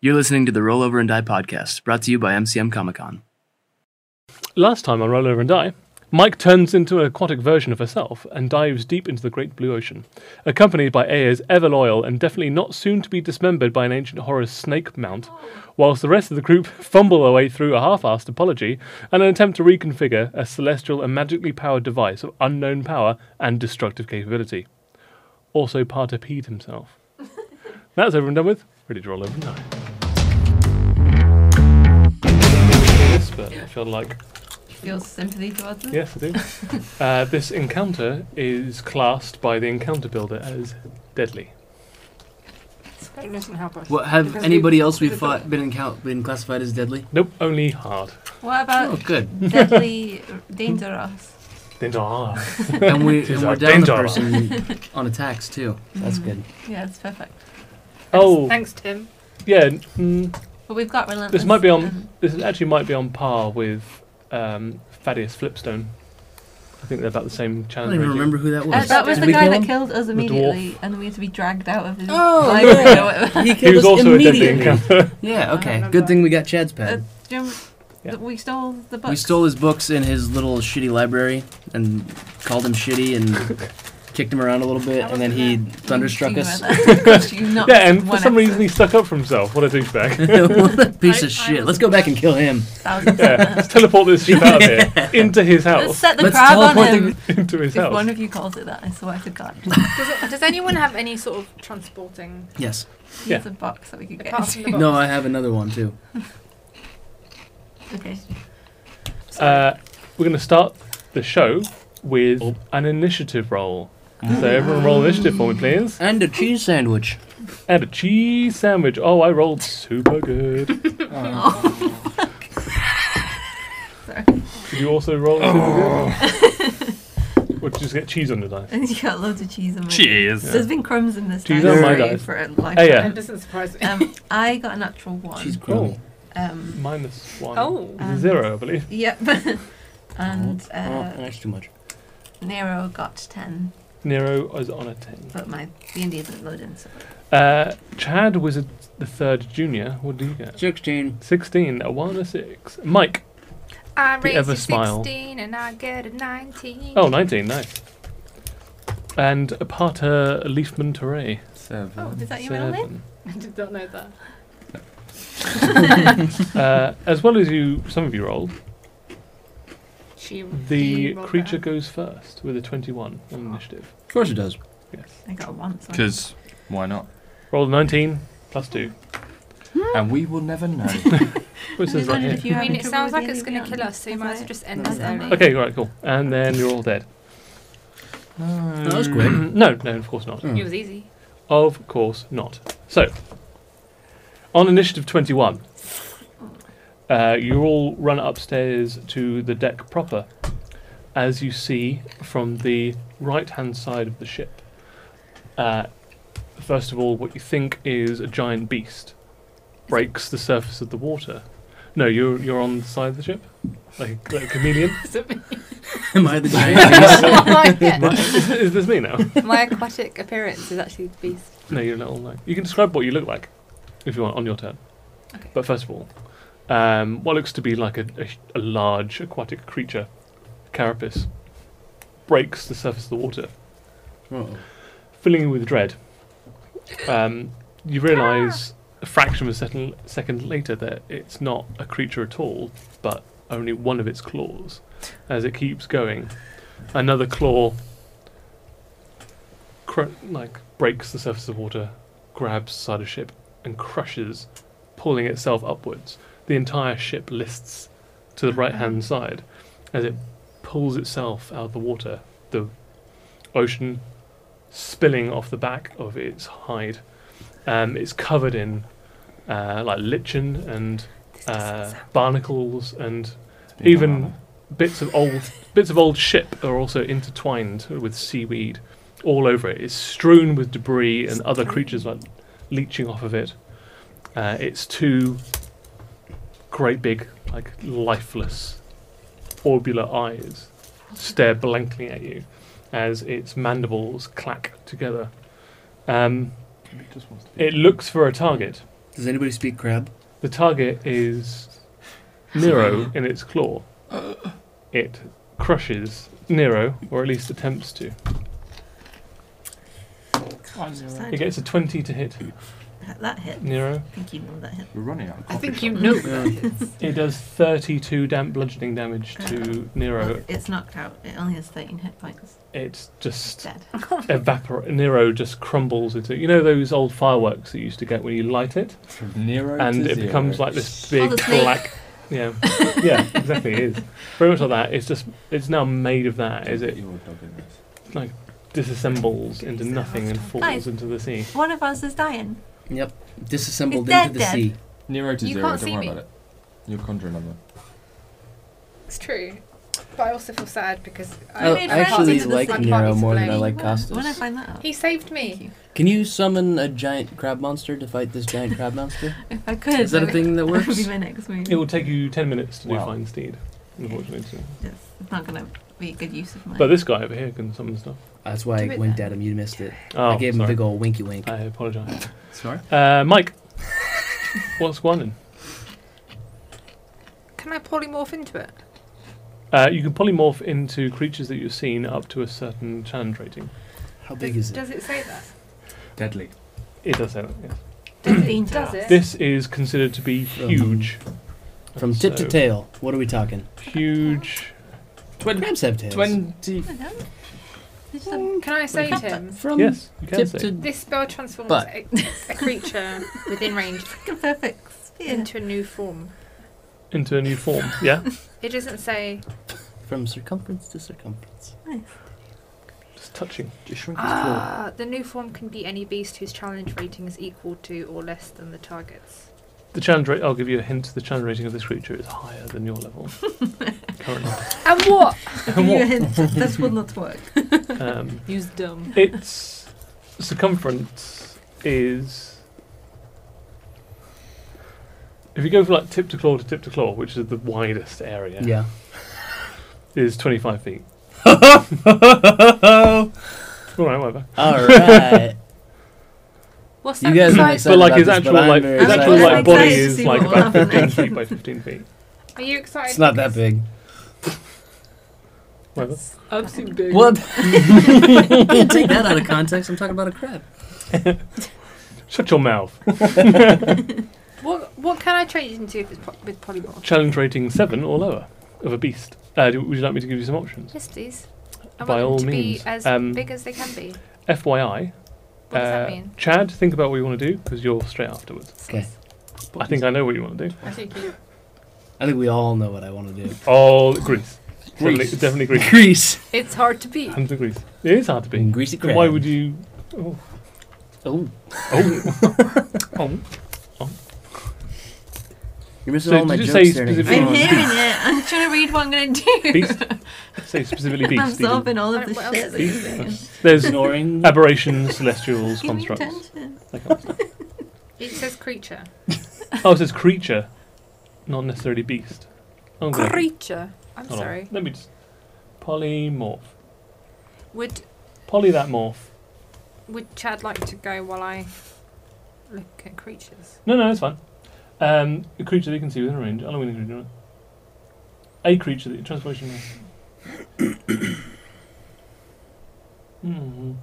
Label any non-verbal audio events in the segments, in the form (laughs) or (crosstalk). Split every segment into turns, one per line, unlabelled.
You're listening to the Rollover and Die podcast, brought to you by MCM Comic Con.
Last time on Roll Over and Die, Mike turns into an aquatic version of herself and dives deep into the great blue ocean, accompanied by Aya's ever loyal and definitely not soon to be dismembered by an ancient horror's snake mount, whilst the rest of the group (laughs) fumble their way through a half assed apology and an attempt to reconfigure a celestial and magically powered device of unknown power and destructive capability. Also, Pater peed himself. That's over and done with. Ready to roll over and die. This bit, I feel like
feel sympathy towards it?
Yes, I do. (laughs) uh, this encounter is classed by the encounter builder as deadly.
It doesn't help us.
What have
Because we-
anybody else we've
because
fought been encou- been classified as deadly?
Nope, only hard.
What
Oh,
about (laughs)
good.
deadly dangerous?
Then hard.
And we
She's
and we're
like,
down the
"Dangerous."
(laughs)
person on attacks too. That's good.
Yeah, it's perfect.
Oh,
Thanks, Tim.
yeah. Mm,
But we've got relentless.
this might be on.
and-
This is- actually might be on par with um, Thaddeus Flipstone. I think they're about the same
I
challenge.
don't even
rating.
remember who that was.
Uh, that was
Did
the
we
guy
kill
that
him?
killed us
dwarf.
immediately, and we had to be dragged out of his
Oh,
library
yeah.
or whatever.
He
He
killed
was
us
also a deadly
immediately.
encounter.
yeah. Okay.
remember
Good
that.
thing we got Chad's
Uh,
pad.
do you remember
Yeah.
that We stole the book.
We stole his books in his little shitty library and called him shitty and
(laughs)
kicked him around a little bit, and then he thunderstruck (laughs) us.
(laughs) (laughs) yeah, and for some reason he stuck up for himself. What a (laughs) douchebag.
Piece
I-
of
I
shit.
was-
Let's go back and kill him.
yeah, (laughs) let's teleport this shit out of (laughs) here into his
Let's
house,
set the
Let's
crab on
teleport the-
(laughs)
him.
into his
If
house.
one of you calls it that, I swear
(laughs)
to God.
Does, it, does anyone have any sort of transporting?
Yes.
Here's
Yeah.
a box that we could get
Apart from the
into.
box?
No, I have another one too.
Okay.
Uh, we're going to start the show with an initiative roll. So everyone roll initiative for me, please.
And a cheese sandwich.
And a cheese sandwich. Oh, I rolled super good.
Sorry.
Did you also roll super good? or did you just get cheese on your dice?
(laughs) And you got loads of cheese on my
Cheese.
There's been crumbs in this
Cheese
dice
on my
for you
dice.
for a lifetime.
Oh, yeah.
It doesn't
(laughs)
surprise me.
Um, I got a natural one.
Cheese
Oh,
crumble.
Um,
minus one.
Oh.
It's a zero, I believe.
yep. (laughs) and
Oh,
uh,
that's too much.
Nero got ten,
Nero is on a ten.
but my D and D isn't loading. So
Uh, Chad was a, the third junior. What did you get?
Sixteen.
Sixteen. A one and a six. Mike.
I
The
raised
ever
to
smile.
16 and I get a 19.
Oh, 19, nice. And Pater Leafman Teray.
oh, is that your middle
Seven.
name?
(laughs) I did not know that.
Uh, as well as you, some of you rolled,
She.
the
she rolled
creature
better. goes
goes first with a 21 on
Ah.
initiative.
Of course it does.
Yes.
I got a one. so-
Because why not?
Roll a 19 plus 2.
And we will never know.
Which is
I just
right
wondered
here.
if you
I
have
mean,
any
it
trouble
sounds
with
like
D&D
it's going to
Beyond.
kill us, so you
Is
might
that
as well just
it?
end
Is
it
that
early.
it?
Okay, right, cool. And then you're all dead.
no.
That was quick.
(clears throat) no, no, of course not.
It
(laughs)
was easy.
Of course not. So, on initiative 21, uh, you all run upstairs to the deck proper. As you see from the right hand side of the ship, uh, first of all, what you think is a giant beast breaks the surface of the water. No, you're, you're on the side of the ship? Like, a- like a chameleon?
(laughs) Am
(laughs)
I the giant?
(laughs)
(laughs)
is, is this me now?
My aquatic appearance is actually the beast.
No, you're not all like. You can describe what you look like, if you want, on your turn.
Okay.
But first of all, um, what looks to be like a, a, sh- a large aquatic creature, carapace, breaks the surface of the water,
Uh-oh.
filling you with dread. Um, you realise a fraction of a second, second later that it's not a creature at all, but only one of its claws. As it keeps going, another claw cr- like breaks the surface of water, grabs the side of ship, and crushes, pulling itself upwards. The entire ship lists to the right hand side as it pulls itself out of the water. The ocean spilling off the back of its hide. Um, it's covered in uh, like lichen and uh, barnacles, and even bits of old bits of old ship are also intertwined with seaweed all over it. It's strewn with debris and other creatures like leeching off of it. Uh, it's two great big, like lifeless, orbular eyes stare blankly at you as its mandibles clack together. Um, it looks for a target,
Does anybody speak crab?
The target is Nero in its claw. It crushes Nero, or at least attempts to. It gets a 20 to hit
That- That hit.
Nero.
I think you know that hit.
We're running out of
I
coffee
think
shop.
you
(laughs)
know
Yeah.
that. it's-
It does 32 damp bludgeoning damage to Nero.
It's knocked out. It only has 13 hit points.
It's just
Dead.
evaporate. Nero just crumbles into. You know those old fireworks that you used to get when you light it,
From Nero
and
to
it
zero.
becomes like this big
the snake.
black. Yeah, (laughs) yeah, exactly. It is very much like that. It's just it's now made of that. Is it
Your dog in this.
disassembles into nothing and falls
Guys.
into the sea?
(laughs) One of us is dying.
Yep. Disassembled
It's dead,
into the
dead.
sea.
Nero to
You
0
can't
don't
see
worry
me.
about it. You're conjuring on them.
It's true. But I also feel sad because
I,
I
made
I
friends
Oh, actually
into the
like
sea.
Nero more than I
Party's
like
When- When I
Costas.
find that out.
He saved me.
Can you summon a giant crab monster to fight this giant crab
(laughs)
monster?
If I could.
Is that a
would- (laughs)
thing that
would
works?
be my next move.
It will take you ten minutes to do
Wow.
Fine Steed, unfortunately. so-
It's it's not going to be a good use of my.
But this guy over here can summon stuff.
That's why
Do
I
it
winked
then.
at him. You missed it.
Oh,
I gave him a
sorry.
big old winky wink.
I apologise.
Sorry?
Uh,
(laughs)
Mike, what's Guanin?
Can I polymorph into it?
Uh, you can polymorph into creatures that you've seen up to a certain challenge rating.
How big
Does,
is it?
does it say that?
Deadly.
It does say that. Yes.
15 to
(coughs) Does
us.
it?
This is considered to be huge.
From tip to
So,
tail, what are we talking?
Huge.
Crabs have tails.
Twenty.
I don't know. They just have-
Can I save
(laughs)
can't
him?
From
yes, you can
tip
say.
to
This spell transforms
But-
a, a (laughs) creature within range
Like a perfect sphere.
into a new form.
Into a new form. Yeah?
It doesn't say.
from circumference to circumference.
Just touching.
Just shrink his claw.
Ah, the new form can be any beast whose challenge rating is equal to or less than the target's.
The challenge rate, I'll give you a hint, the challenge rating of this creature is higher than your level. currently.
And what?
And
You
(laughs) what-
hint, this will not work.
um,
Use dumb.
its circumference is. If you go from like tip to claw to tip to claw, which is the widest area,
Yeah.
is 25 feet. All right, whatever.
(laughs) All right.
What's that?
You guys are
size?
excited
but like
about
his
this,
actual
but I'm
like
very
his
excited
actual
about
like
this.
body
excited to
is
see
like
what
about
will
15
happen
feet by 15 feet.
Are you excited?
It's not that
(laughs)
big.
Whatever.
I've seen big.
(laughs) What? you can't take that out of context. I'm talking about a crab.
Shut your mouth.
What? What can I change into if it's po- with polymorph?
Challenge rating seven or lower of a beast. Uh, do, would you like me to give you some options?
Yes, please. I
By
want
all
them to
means,
be as
um,
big as they can be.
FYI.
What does that
uh,
mean?
Chad, think about what you want to do because you're straight afterwards.
Okay.
I think I know what you want to do.
I think you.
I think we all know what I want to do.
All Oh, Greece. Definitely,
Greece.
definitely Greece. (laughs)
Grease.
It's hard to beat.
Hands to Greece. It is hard to
Being
be.
greasy crab.
Why would you? Oh,
Oh,
oh, (laughs) oh.
you're missing
So
all my
did
jokes
you say
there. Nick.
specifically-
Come
I'm
on.
Beast.
hearing it. I'm trying to read what I'm going to do.
(laughs)
Beast. Say specifically beast.
I'm absorbing all of
Alright,
the
what else
shit
is
that you're
there?
saying.
Stephen. There's
Snoring.
aberrations, celestials,
Give me
constructs.
attention.
that kind of stuff.
It says creature.
Oh, it says creature, not necessarily beast. I'm gonna-
Creature. I'm
hold on.
sorry.
Let me just polymorph.
Would
Poly that morph.
Would Chad like to go while I look at creatures?
No, no, it's fine. Um, a creature that you can see within range. I don't want to do it. A creature that transformation. mm.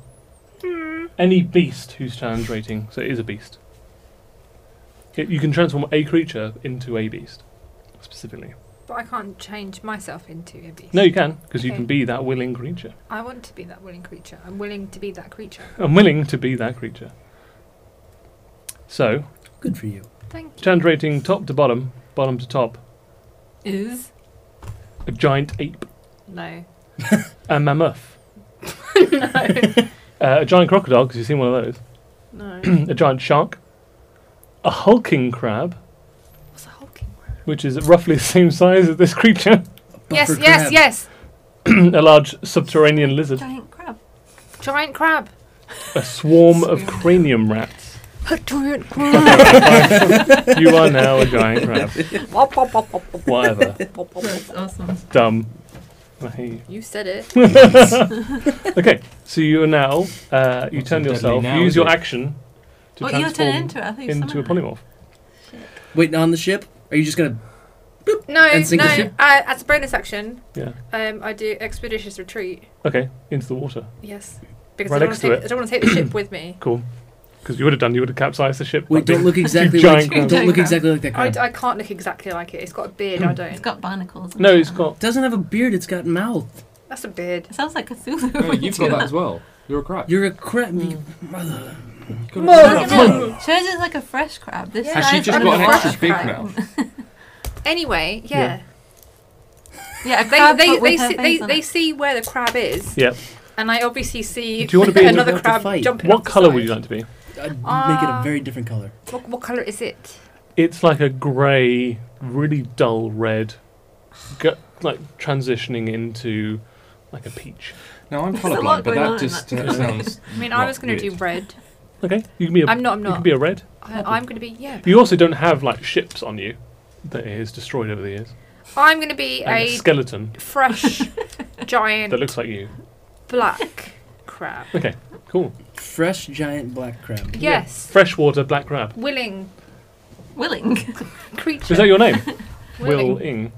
Hmm. Any beast whose challenge rating, so it is a beast. It, you can transform a creature into a beast, specifically.
But I can't change myself into a beast.
No, you can, because you
Okay.
can be that willing creature.
I want to be that willing creature. I'm willing to be that creature.
I'm willing to be that creature. So,
Good for you.
Thank you.
challenge rating top to bottom, bottom to top,
Is?
a giant ape, (laughs)
No. (laughs)
a mammoth, (laughs)
no.
uh, a giant crocodile, because you've seen one of those. (clears throat)
No.
a giant shark, a hulking crab,
What's a hulking word?
which is roughly (laughs) the same size as this creature, (clears throat)
Yes,
Buffer
yes,
crab.
yes.
a large subterranean lizard,
Giant crab.
Giant crab.
a swarm of cranium rats.
(laughs)
A giant crab.
You are now a giant
(laughs)
crab. Whatever.
That's awesome.
Dumb. I hate you.
you
(laughs)
said it.
Okay, so you are now, uh, you
Not so
turn
deadly
yourself,
now,
use
is
your
it?
action to
What Oh, you're
Oh,
transform
turning into? I think
into a polymorph.
Wait, on the ship? Are you just gonna?
No,
And sink
no.
the
Uh,
ship?
as a bonus action,
Yeah.
um, I do expeditious retreat.
Okay, into the water.
Yes, because
Right
I, don't
next
want
to
to
it.
take, I don't want to take the
(coughs)
ship with me.
Cool. Because you would have done, you would have capsized the ship.
Wait,
That'd
don't look exactly like
giant crab.
don't
Giant
look
crab.
exactly like that
I,
crab.
I can't look exactly like it. It's got a
(coughs)
beard. I don't.
It's got barnacles.
be-
and
No, it's
shit on
got.
It doesn't have a beard. It's got
(laughs)
mouth.
That's a beard.
It It sounds like Cthulhu.
No,
when you
you've
do (laughs)
got that as well. You're a crab.
You're a crab.
Mm.
you- mother.
You've got a-
Look at this. Hers is like a fresh crab. This
Yeah.
size
Has she just
on
got
a
an
fresh
extra big
crab.
mouth?
Anyway,
Yeah.
yeah.
Yeah, a
They
crab
they
but
they
with her
see, they,
face on
they
it.
see where the crab is,
Yep.
and I obviously see
Do you want to be in-
another
About to
crab
fight.
jumping. off
What
the
colour would
side.
you like to be?
I'd
Hmm.
uh, make it a
Uh,
Ah.
very different color.
What, what colour is it?
It's like a grey, really dull red, go, like transitioning into like a peach.
Now I'm
There's a lot
colourblind, but
going on
that
in
just
that.
uh, sounds.
I mean, I
not
was going
weird.
to do red.
Okay, you can be a.
I'm not. I'm
You can
not.
be a red.
I, I'm going to be
(laughs)
yeah.
You also don't have like ships on you that it has destroyed over the years.
I'm going to be
Like a
a
skeleton (laughs)
fresh, giant
that looks like you. (laughs)
black crab.
Okay,
(laughs)
cool.
Fresh giant black crab.
Yes,
Freshwater black crab.
willing
Willing.
creature.
Is that your
(laughs)
name?
Willing.
Will Ing.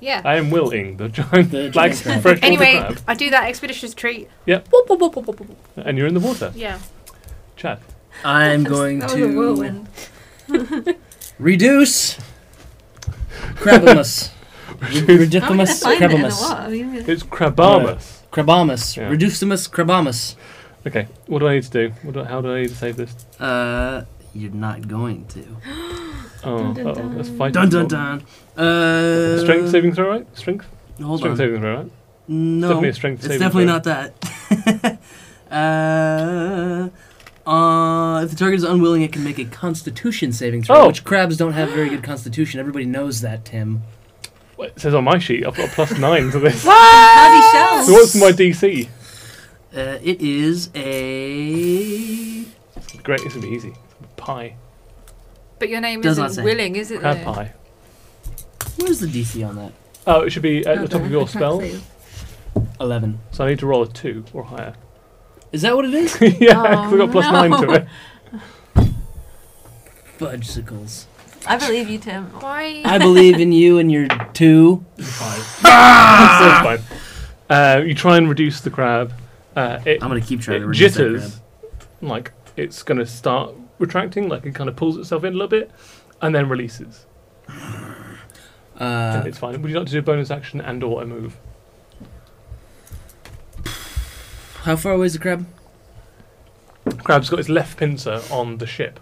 Yeah.
I am Will Ing, the giant
The
black
giant crab.
freshwater
anyway,
crab.
I do that expeditious treat.
Yep.
Whoop, whoop, whoop, whoop, whoop, whoop.
And you're in the water.
Yeah.
Chad.
I'm going
that was a
to
whirlwind. (laughs)
reduce. Crabimus. Re-
How are we gonna
Ridiculous
find it in the
crabamus.
water? You-
It's Crabamus.
Crabamus.
Yeah.
Reducimus crabamus.
Okay, what do I need to do? What do, how do I need to save this?
Uh, you're not going to.
Oh,
Dun, dun,
uh-oh, that's
dun.
fighting.
Dun dun dun. Uh,
Strength saving throw, right? Strength?
Hold
strength
on.
saving throw, right?
No,
Definitely a strength
it's
saving
definitely
throw.
not that. (laughs) uh, uh, if the target is unwilling, it can make a Constitution saving throw,
Oh.
which crabs don't have very good Constitution. Everybody knows that, Tim.
Well, it says on my sheet, I've got a
(laughs)
plus nine to this.
Bloody shells.
So what's my DC?
Uh, it is a
Great, this would be easy. Pie.
But your name
Does not say.
isn't willing, is it?
Crab
though?
pie.
where's the DC on that?
Oh, it should be at
Oh,
the top
God,
of
I
your
can't (laughs)
spell.
see.
Eleven.
So I need to roll a two or higher. (laughs)
Is that what it is?
yeah, 'cause I got plus
Oh,
nine to
no.
it.
Fudgesicles.
I believe you, Tim.
Why?
I believe in you and your two.
(laughs)
(laughs)
so it's fine. Uh, you try and reduce the crab. Uh, it,
I'm gonna keep trying to
it
reduce that
jitters, like it's going to start retracting, like it kind of pulls itself in a little bit, and then releases.
crab. Uh,
and it's fine. Would you like to do a bonus action and/or a move?
how far away is the crab?
Crab's got his left pincer on the ship.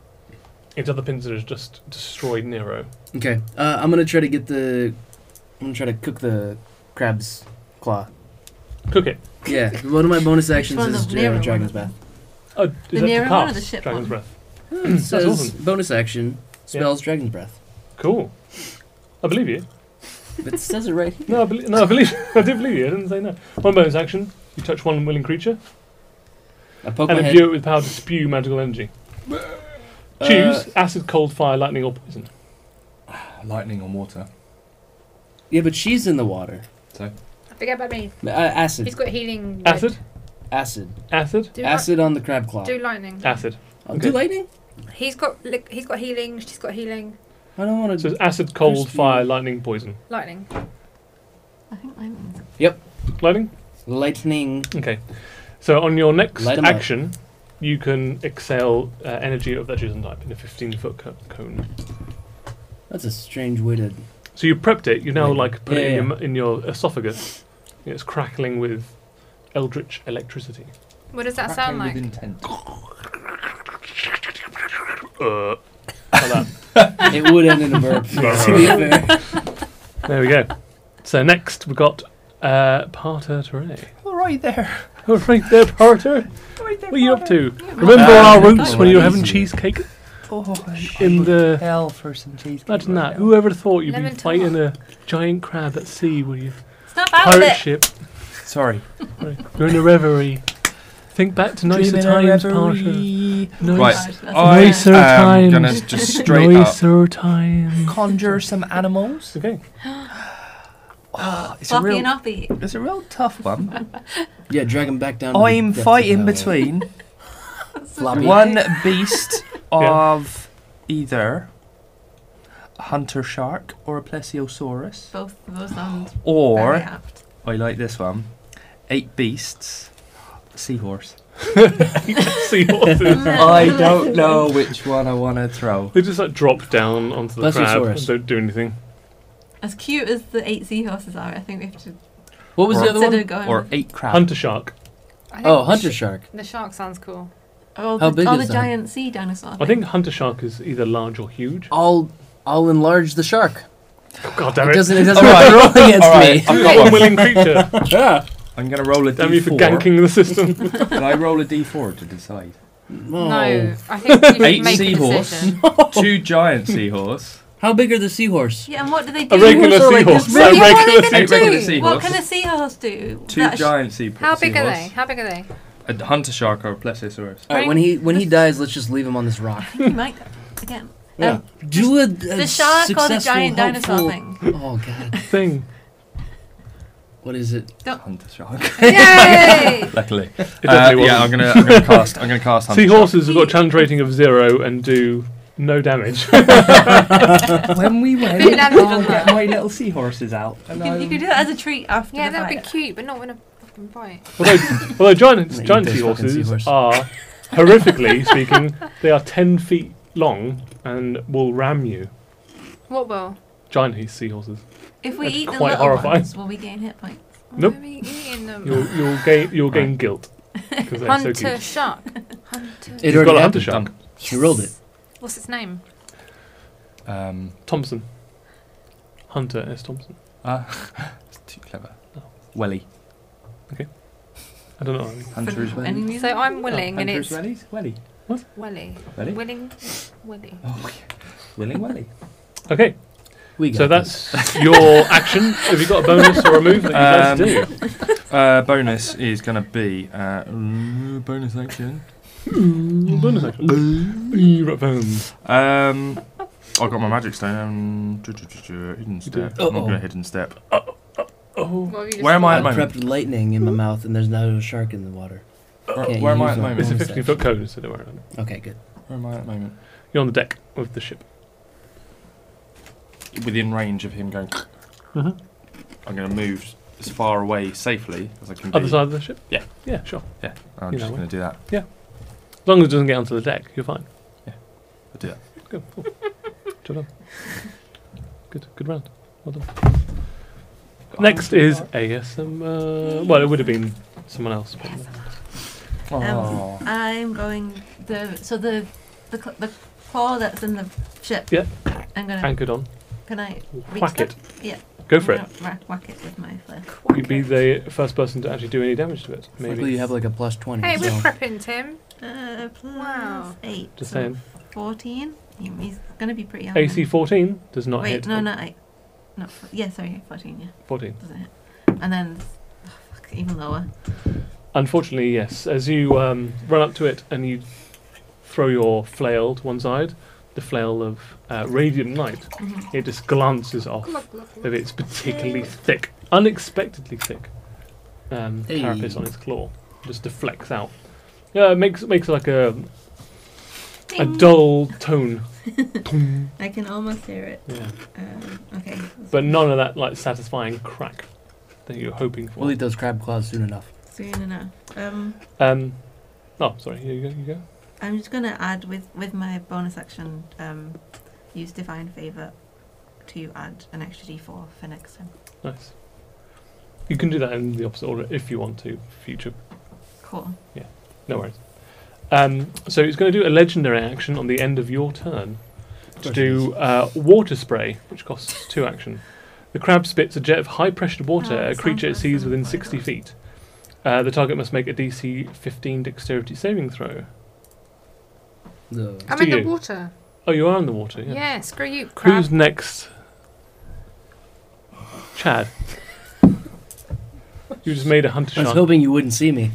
Its other pincer has just destroyed Nero.
Okay. Uh, I'm gonna try to get the. I'm gonna try to cook the crab's claw.
Cook it.
Yeah, one of my bonus actions
one
is
of Nero
uh, Dragon's
one?
Bath.
Oh, is
The
that to
Nero one or
cast
the ship
Dragon's
one?
breath.
It says
awesome.
bonus action spells Dragon's Breath.
Cool. I believe you.
It says it right.
No, I believe. No, I believe. (laughs) I did believe you. I didn't say no. One bonus action. You touch one willing creature
I poke
and
my head.
imbue it with power to spew magical energy.
Uh,
Choose acid, cold, fire, lightning, or poison.
Lightning on water.
Yeah, but she's in the water.
So
Forget about me.
Uh, acid.
He's got healing. red.
Acid.
acid.
Acid.
Do li-
acid on the crab claw.
do lightning.
Acid.
I'll
okay.
do lightning?
He's got li- he's got healing. She's got healing.
I don't want
So
to.
it's acid, cold,
Crispy.
fire, lightning, poison.
Lightning.
I think mine means
Lightning?
lightning.
Okay. So on your next
Light 'em up.
action, you can exhale uh, energy of that chosen type in a 15 foot co- cone.
That's a strange way to.
So you prepped it, you now
Right.
like put it in,
Yeah,
your,
yeah.
mu- in your esophagus. and It's crackling with eldritch electricity.
What does that sound like?
Crackling with intent.
Uh, like that.
it would end in a burp. (laughs) to
(laughs)
be fair.
There we
(laughs)
go. So next we've got uh, Parter Teray.
Right there.
Oh, right there, Parter. What are you up to? Remember
Uh,
our roots when you were
Parter.
having cheesecake
Oh,
in the
hell for some cheese.
Imagine that. Whoever thought you'd
Lemon
be fighting a giant crab at sea with your
Snap out of
pirate
it.
ship?
(laughs) Sorry.
You're in a reverie. Think back to nicer times, Parker.
Right.
Gosh, that's
I
nice.
Nicer
am gonna
times.
just straight up
Nicer times.
conjure some (gasps) animals.
Okay.
Ah, it's a
Floppy and
real,
Oppy.
it's a real tough (laughs) one.
Yeah, drag him back down. to the
I'm
depths of
fighting
hell.
(laughs)
between
Floppy.
one beast
Yeah.
of either hunter shark or a plesiosaurus.
Both those sound
Or,
very apt.
I like this one, eight beasts, (laughs) seahorse.
eh? (laughs)
(laughs)
Seahorses.
I don't know which one I want to throw.
They just like drop down onto the crab
Plesiosaurus.
and don't do anything.
As cute as the eight seahorses are, I think we have to
What was
Or-
the other
consider
one?
going.
Or
with-
eight crab.
Hunter shark.
I think
Oh,
the
hunter
sh-
shark.
The shark sounds cool.
or
How
the,
big
or
is
the
that?
giant sea dinosaur.
I think hunter shark is either large or huge.
I'll I'll enlarge the shark.
Oh, God
It
damn it!
doesn't it doesn't matter roll (laughs) against
Alright,
me.
I've
You
got one.
unwilling (laughs) creature.
I'm going to roll a
Damn you for
d4.
ganking
(laughs)
the (laughs) system.
Can I roll a d4 to
(laughs)
decide?
Oh.
No, I think you
Eight
should make a
seahorse.
decision.
Two giant seahorse.
How big are the seahorse?
Yeah, and what do they do?
a regular
Seahorse are like this
seahorse. A
What are
big.
they
regular
gonna
seahorse.
Eight
do?
regular
What can a seahorse
seahorses.
do?
Two
That sh-
giant sea
How big are they?
seahorse.
How big are they?
A hunter shark or a plesiosaurus.
All right, when he when he dies, let's just leave him on this rock.
You might again.
Yeah.
Um,
Do a, a
the shark or the
successful,
giant
helpful-
dinosaur thing.
Oh god,
Thing.
what is it?
(laughs)
Hunter shark.
Yay!
Luckily.
It definitely
Uh, yeah,
wasn't. (laughs)
I'm gonna, I'm gonna cast. I'm gonna cast hunter.
Seahorses have got challenge rating of zero and do no damage.
Shark. (laughs) When we went,
Bit damage on that.
my little seahorses (laughs) out.
You could, you could do that as a treat after
yeah,
the
that'd
(laughs)
be
fight.
cute, but not when a fucking bite.
although, although giant,
Eat
giant
this fucking
seahorses
seahorse.
are, horrifically (laughs) speaking, they are 10 feet long and will ram you.
What will?
Giant he- seahorses.
If we
That's
eat the
quite
little
horrifying.
ones, will we gain hit points?
Nope.
Why are we eating them?
You'll, you'll gain, you'll gain guilt. 'cause they're so
Hunter
cute.
shark. Hunter.
It
You've got
already
a hunter
happened.
shark.
You rolled it.
What's its name?
Um.
Thompson. Hunter S. Thompson.
Ah, it's too clever.
Oh.
Welly.
I don't know. what I mean.
Hunter is
For any
welly.
reason?
So I'm willing,
Oh,
and
Hunter's
it's
wellies. Welly.
Welly.
Welly.
Willing, Welly.
Oh, yeah. Willing welly.
Okay,
(laughs) We got
so
this. (laughs)
that's your action. Have you got a bonus or a move that you guys
Um,
do?
Uh, bonus is gonna be uh, bonus action.
bonus action. Right, bones.
Um, I got my magic stone. Um, hidden step. I'm not
Uh-oh.
gonna hidden step.
Oh,
What have you just
Where am I
I
at the moment?
prepped lightning in my mouth, and there's now a shark in the water.
Where,
Can't
where am
use
I at the
my
moment?
it's a
bonus
15 foot cone, so don't worry about it.
Okay, good.
Where am I at the moment?
You're on the deck of the ship.
Within range of him going.
Mhm.
I'm gonna move as far away safely as I can.
Other
be.
side of the ship?
Yeah.
Yeah, sure.
Yeah, I'm
You
just
know.
gonna do that.
As long as it doesn't get onto the deck, you're fine.
Oh,
I do that.
Good. Cool. (laughs) Job done. Good. Good round. Well done. Next is ASMR. Well, it would have been someone else. but-
Oh.
I'm going the so the the cl- the claw that's in the ship.
Yeah.
I'm gonna.
Anchored on.
can I reach
Whack
that?
it.
Yeah.
Go for
I'm
it.
gonna Whack, whack it with my flair.
You'd be the first person to actually do any damage to it.
Luckily,
Maybe.
you have like a plus twenty.
Hey, we're
Mm.
so-
prepping, Tim.
Uh, plus
Wow.
eight.
Just
so
saying.
Fourteen. He- He's gonna be pretty. high.
AC 14 does not
Wait,
hit.
no,
Oh,
not eight. Not f- yeah, sorry, fourteen. Yeah,
14.
doesn't hit. And then oh, fuck, even lower.
Unfortunately, yes. As you um, run up to it and you throw your flail to one side, the flail of uh, radiant light,
Mhm.
it just glances off
Glug, glug, glug.
of its particularly thick, unexpectedly thick um,
Hey.
carapace on its claw. Just deflects out. Yeah, it makes makes like a a
Ding.
dull tone. Tong.
(laughs) I can almost hear it.
yeah.
Um, okay.
But none of that like satisfying crack that you're hoping for.
We'll eat those crab claws soon enough.
Soon enough. Um,
Um, oh, sorry. Here you go. You go.
I'm just gonna add with with my bonus action. Um, use divine favor to add an extra d4 for next time.
Nice. You can do that in the opposite order if you want to. Future,
Cool.
no worries. Um, so it's going to do a legendary action on the end of your turn to do uh, water spray, which costs two action. The crab spits a jet of high pressured water
Oh,
at a
sounds
creature it
like
sees
some
within
boy
60
does.
feet. Uh, the target must make a DC 15 dexterity saving throw.
The-
I'm
to
in the
you.
water.
Oh, you are in the water,
Yeah.
yeah.
screw you, crab.
Who's next? Chad. you just made a hunter
I was
shark.
hoping you wouldn't see me.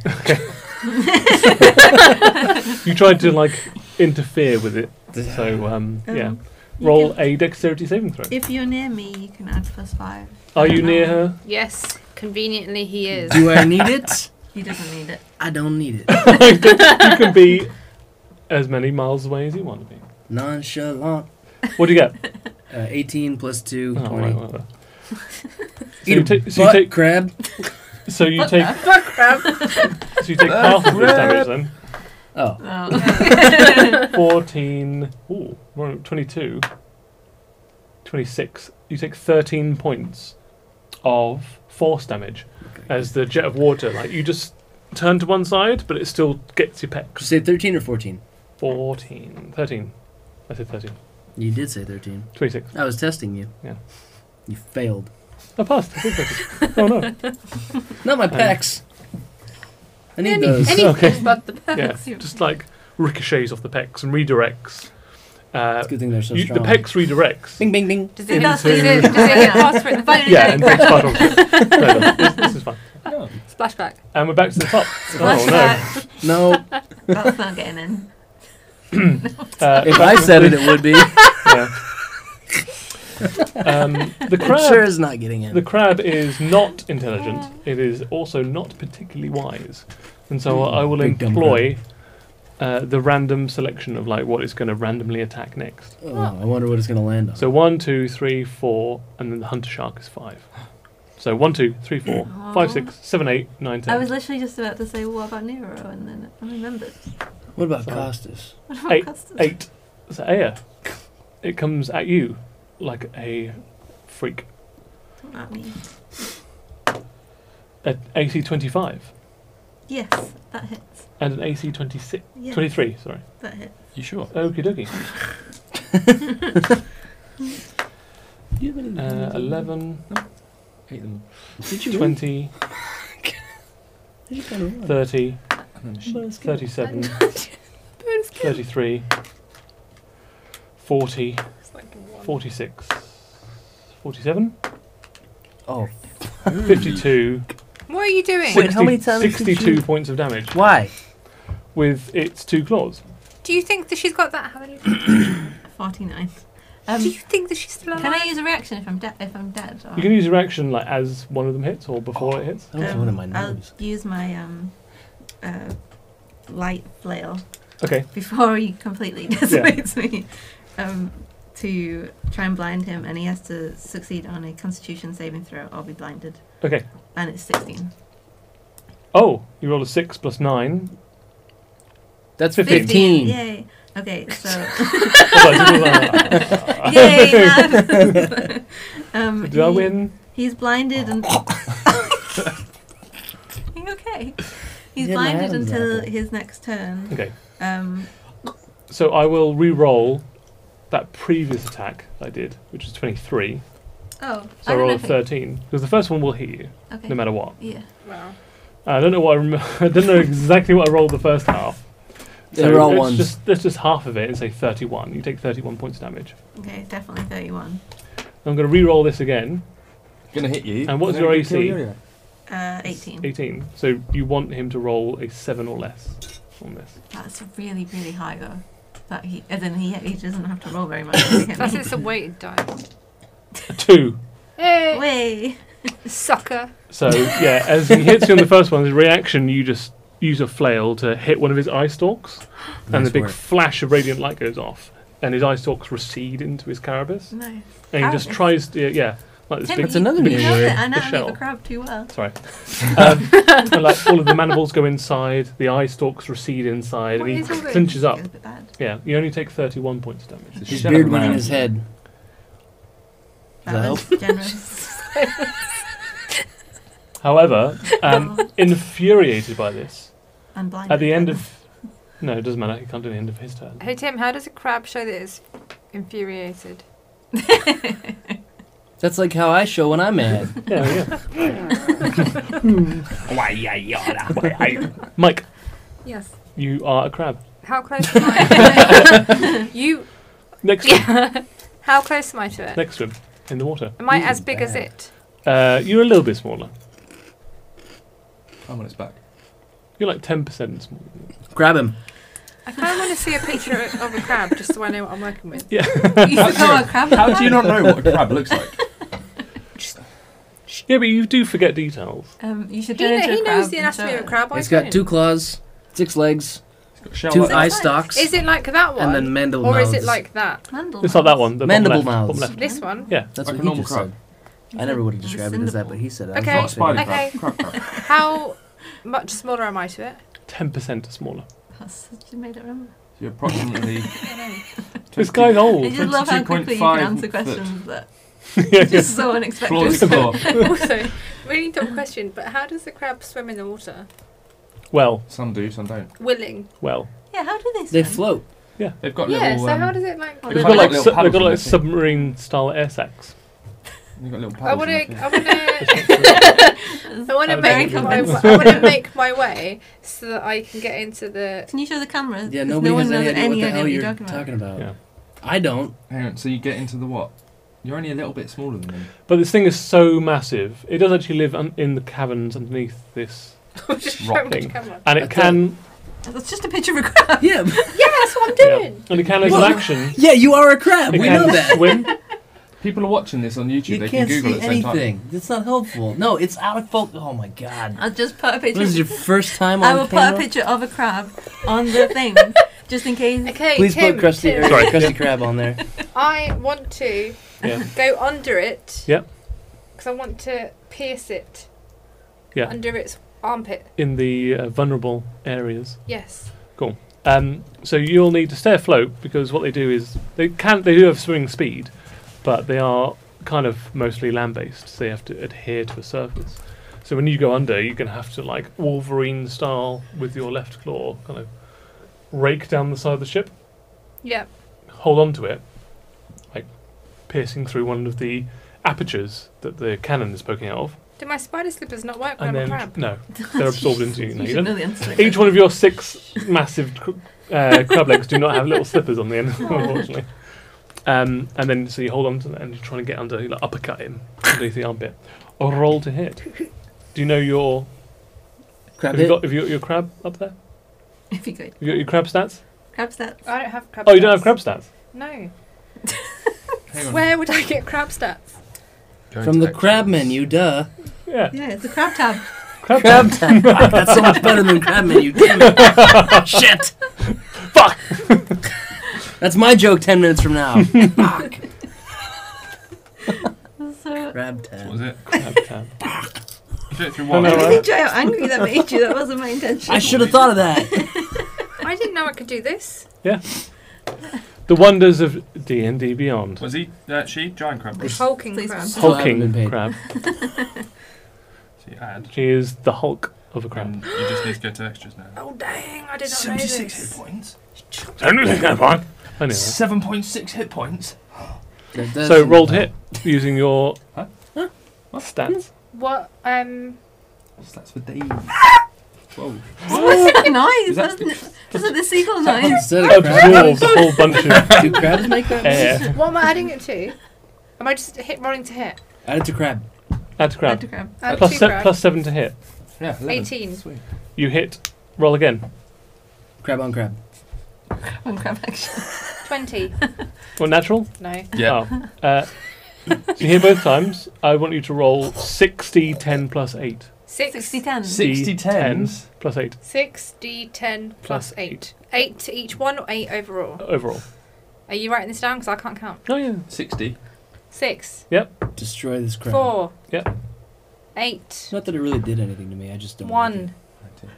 You tried to like interfere with it. So um, yeah,
Um, you
roll
can-
a dexterity saving throw.
If you're near me, you can add plus five.
Are
I
you
don't
near
(laughs)
know.
her?
Yes, conveniently he is.
Do I need it?
He doesn't need it.
I don't need it.
You can be as many miles away as you want to be.
Nonchalant. (laughs)
What do you get?
Uh, 18 plus 2,
Oh,
20.
right, right, right. So
Eat
you
a
take- so you
butt
take-
crab.
So you take so you take half of this damage then.
Oh,
Oh.
Fourteen. Ooh, more- 22. 26. You take thirteen points of force damage as the jet of water. Like you just turn to one side, but it still gets your
Did you
pecs.
say 13 or 14?
14. 13. I said 13.
You did say 13.
26.
I was testing you.
Yeah.
You failed.
I passed. I did 13. oh no.
Not my
Um,
pecs. I need
Any-
those.
anything
Okay.
but the
(laughs)
pecs.
Yeah.
you-
Just like ricochets off the pecs and redirects. (laughs) Uh,
it's a good thing they're so
you- the
strong.
pecs redirects.
Bing, bing, bing.
Does
Into-
it, does it, does it
(laughs)
get past for it? Finally,
(laughs) yeah, and takes part of it. No, no, this, this is fine.
Splashback.
And we're back to the top. oh
Flashback.
No.
That's not getting in.
no. Uh,
if I said it, it would be.
yeah. um, the
(laughs) It sure
crab.
is not getting in.
The crab is not intelligent. It is also not particularly wise, and so I will
Mm, Big dumb
employ uh, the random selection of like what it's going to randomly attack next.
oh, I wonder what it's going to land on.
So one, two, three, four, and then the hunter shark is five. So one, two, three, four, five, six, seven, eight, nine, ten.
I was literally just about to say, what about Nero? And then I remembered.
what about
Sorry.
Costas?
What about
Eight-
Custis?
Eight. So Aya, it comes at you like a freak.
Don't at me.
An AC 25
Yes, that hits.
and an AC 26.
Yeah,
23, sorry.
that hits.
You sure?
Okie dokie. Uh, 11,
Hate them.
Did you
20,
Did you kind of run?
30,
And then she-
(laughs)
37, 33, 40,
It's like one.
46, 47,
Oh,
52,
What are you doing?
Wait, how many
60
times did
62
you-
points of damage
why?
with its two claws.
Do you think that she's got that? How many?
49.
do
Um,
you think that she's still alive?
can I use a reaction if I'm, de- if I'm dead? Or
You can use your action like as one of them hits or before it hits.
That was
Um,
one in my
I'll
nose.
use my um, uh, light flail
Okay.
before he completely (laughs) decimates me um, to try and blind him, and he has to succeed on a Constitution saving throw or be blinded,
Okay.
and it's 16.
Oh, you roll a six plus nine.
That's
15.
15.
Yay! Okay, so (laughs)
(laughs)
Did
yay, man! um,
I
he-
win?
He's
(laughs)
blinded and. Are you okay? He's
Yeah, my
blinded
Adam's
until
apple.
his next turn.
Okay.
Um,
So I will re-roll that previous attack I did, which was 23.
oh,
So I,
don't
roll
know
a
if he-
13. Because the first one will hit you,
Okay.
no matter what.
Yeah.
Wow.
I don't know what I, rem- (laughs) I don't know exactly what I rolled the first half.
They were all
let's
ones.
Just, let's just half of it and say 31. You take 31 points of damage.
Okay, definitely 31.
I'm going to re-roll this again.
Gonna hit you.
And what's
then
your
you kill
AC?
you.
Uh, 18.
18. So you want him to roll a 7 or less on this.
That's really, really high though. That he, as in he, he doesn't have to roll very much. to hit
Plus,
me.
it's a weighted die.
A 2.
Hey,
Way.
sucker!
So yeah, as he hits you on the first one, his reaction you just use a flail to hit one of his eye stalks, and
Nice
the big
work.
flash of radiant light goes off, and his eye stalks recede into his carapace,
Nice.
and he just
Carapace.
tries to yeah, yeah like this
Tim,
big.
That's another
you
new
know
word.
the anatomy of
shell.
a crab too well.
Sorry, um, and, like all of the mandibles go inside, the eye stalks recede inside,
What
and he
is all this?
clinches up.
It was a bit bad.
Yeah, you only take thirty-one points of damage.
It's a
His
shadow
beard went in
man.
his head.
That
Does that
was generous.
However, (laughs)
(laughs) Oh.
um, infuriated by this,
and blinded.
at the end of no, it doesn't matter. He can't do the end of his turn.
Hey Tim, how does a crab show that it's infuriated?
That's like how I show when I'm mad.
(laughs)
Yeah, there we go. Mike,
Yes.
you are a crab.
How close am I? (laughs) you.
Next to him.
Yeah. How close am I to it?
Next to him. In the water.
Am I
Ooh,
as big as
bad.
it?
Uh, you're a little bit smaller.
I'm on its back.
You're like 10% smaller. than it.
Grab him.
I kind of want to see a picture of- of a crab just so I know what I'm working
(laughs)
with.
(laughs) you
(laughs)
forgot a crab.
How do you not know what a crab looks like?
Yeah, but you do forget details.
Um, you should
He,
turn
kn-
into
he
a crab
knows the
and show
anatomy of a
it.
crab. I
It's got
don't.
two claws, six legs,
got shell
Two
like
eye
that.
stocks
Is it like that one?
and then mandible
or
mouths.
is it like that?
Mandel
It's not that one. The bottom
Mandible
left, bottom
mouths.
left.
This one?
Yeah.
That's
Like a
what he
normal
just
crab.
said. I never would have described it as that, but he said it. I
Okay.
Not a
was just
spider
saying-
Okay.
crab. Crab crab.
How much smaller am I to it?
Ten percent smaller.
That's such a made up number.
You're approximately.
This guy's
I
old.
just love how quickly you can
22.5
answer
foot.
(laughs)
questions that
Yeah,
just so unexpected. (laughs)
Floor to floor.
(laughs)
also, really dumb question, but how does the crab swim in the water?
Well,
Some do, some don't.
Willing.
well.
Yeah, how do they
They
swim?
float.
uh,
They've got
yeah,
little.
so
um,
how does it like.
They've
They've
They've
got
got
like
little
sub- they've got like
paddles, haven't they?
submarine style air sacs.
they've got little
I
paddles
want
in
to.
their
I
feet.
want to. I want to
Very
make. My,
convincing.
I want to make my way so that I can get
(laughs)
into the.
Can you show the camera?
Yeah,
'Cause
nobody
no one
has
knows
any idea what the
what
hell
you're
you're
talking about.
talking about.
Yeah.
I
(laughs)
don't.
Hang on, so you get into the what? You're only a little bit smaller than them.
But this thing is so massive. It does actually live un- in the caverns underneath this,
Just show
Rock
me the
thing.
camera.
and
I
it
thought-
can.
That's just a picture of a
(laughs)
crab.
Yeah,
Yeah, that's what I'm
yeah.
doing.
And it can as an
Well,
(laughs)
action.
yeah, you are a crab.
It
we
can
know that.
swim.
People are watching this on YouTube.
You
they
can't
can Google
see
at the same time.
anything. It's not helpful. No, it's out of focus. Oh my god.
I'll just put a picture.
This is your first time on
I will
camera.
put a picture of a crab on
(laughs)
the thing, just in case.
Okay,
Please
Tim,
put Krusty,
Tim,
or Krusty Crab on
(laughs)
there.
I want to
Yeah.
go under it.
Yep.
Because I want to pierce it.
Yeah.
Under its armpit.
in the uh, vulnerable areas.
Yes.
Um, so you'll need to stay afloat because what they do is they can they do have swimming speed, but they are kind of mostly land based. So they have to adhere to a surface. So when you go under, you're gonna have to like Wolverine style with your left claw kind of rake down the side of the ship,
Yeah.
hold on to it, like piercing through one of the apertures that the cannon is poking out of,
Do my spider slippers not work when
and
I'm a
then
crab?
no, they're absorbed into you.
(laughs) You
No, you
should
don't-
know the answer to that
each
question.
one of your six massive cr- uh, crab legs do not have little slippers on the end, (laughs) unfortunately. Um, and then so you hold on to that and you're trying to get under, you like uppercut him underneath the armpit, or roll to hit. Do you know your
Crab
have you
hit.
got have you got your crab up there?
If you could.
Have you got your crab stats?
Crab stats.
I don't have crab
Oh, you don't have
stats.
crab stats.
No.
Hang on.
Where would I get crab stats?
Go
From
into
the
extras.
crab menu,
(laughs)
duh.
Yeah,
(laughs) Yeah, it's a crab tab.
crab.
Crab tab. Fuck, That's so much better than crab menu. Damn it.
(laughs)
Shit.
Fuck.
That's my joke 10 minutes from
(laughs)
now. Fuck.
So
Crab
What
tab.
was it?
Crab tab.
You do it through
No,
one.
no, no.
I enjoy how angry that made you. That wasn't my intention. (laughs)
I should have thought of
(laughs)
that.
I didn't know I could do this.
The wonders of D and D Beyond.
Was he? Uh, she? Giant crab.
The
Was
hulking
Please
crab.
don't.
haven't been
Hulking
paid.
crab.
she add.
She is the Hulk of a crab.
(laughs)
And you just need to go to extras now.
Oh dang! I did not know
Seventy-six hit
this.
points.
Anyway,
Seven point six hit points.
so rolled hit using your
Huh?
stats.
What? Um.
That's for days. Whoa.
What's that noise?
Is that-
Wasn't it- Was it the seagull noise?
Instead
Oh,
of crab,
absorbs a whole bunch of (laughs)
do crabs make that?
air.
What am I adding it to? Am I just hit rolling to hit?
Add it to crab.
Add to crab.
Crab to crab.
Add
Uh, Plus
two
se-
crab.
plus seven to hit.
Yeah. 11.
18.
Sweet.
You hit. Roll again.
Crab on crab.
One crab action.
(laughs)
Twenty.
Well, natural.
No.
Yeah.
Oh. Uh, so you hit both times. I want you to roll 60, 10 plus eight.
Six.
60 10.
Sixty tens.
Plus eight
Six, D, 10, plus
Plus
eight. Eight to each one or eight overall?
overall.
Are you writing this down? Because I can't count.
Oh yeah.
Sixty.
Six,
Destroy this crab.
four,
Yep.
It's
eight,
not that it really did anything to me. I just don't. like
one,
it.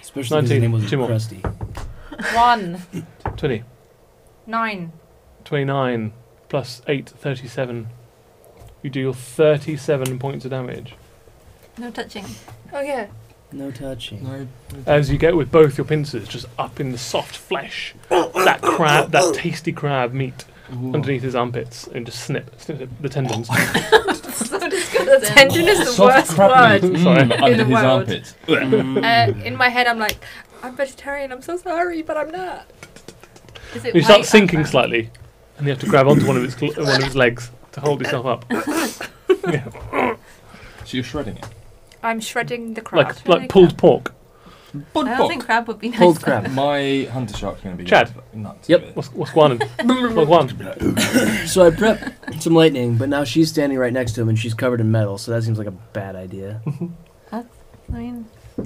Especially because his
19.
name was
Two more.
Krusty.
one,
20.
nine.
29 plus eight. 37. You deal 37 points of damage.
(laughs)
No touching.
Oh, yeah.
No touching.
No.
As you get with both your pincers, just up in the soft flesh. That crab, that tasty crab meat.
Ooh.
underneath his armpits and just snip, snip the tendons.
So
The
disgusting.
tendon is the
Soft
worst
crab
word.
meat.
Sorry.
Mm,
In the
Under his
world.
armpits.
Mm.
Uh, in my head, I'm like, I'm vegetarian, I'm so sorry, but I'm not.
Is it
you
white
start sinking
background?
slightly, and you have to grab onto one of its gl- one of its legs to hold yourself
(laughs)
up,
So you're shredding it.
I'm shredding the crab.
(laughs) like like pulled pork.
Bud
I don't
bok.
think crab would be nice.
Pulled
for
crab.
(laughs)
My hunter shark's going to be
Chad.
Nuts
Yep.
with it.
What's what's
(laughs)
guanin? What's guan?
So I prepped some lightning, but now she's standing right next to him and she's covered in metal, so that seems like a bad idea.
I mean,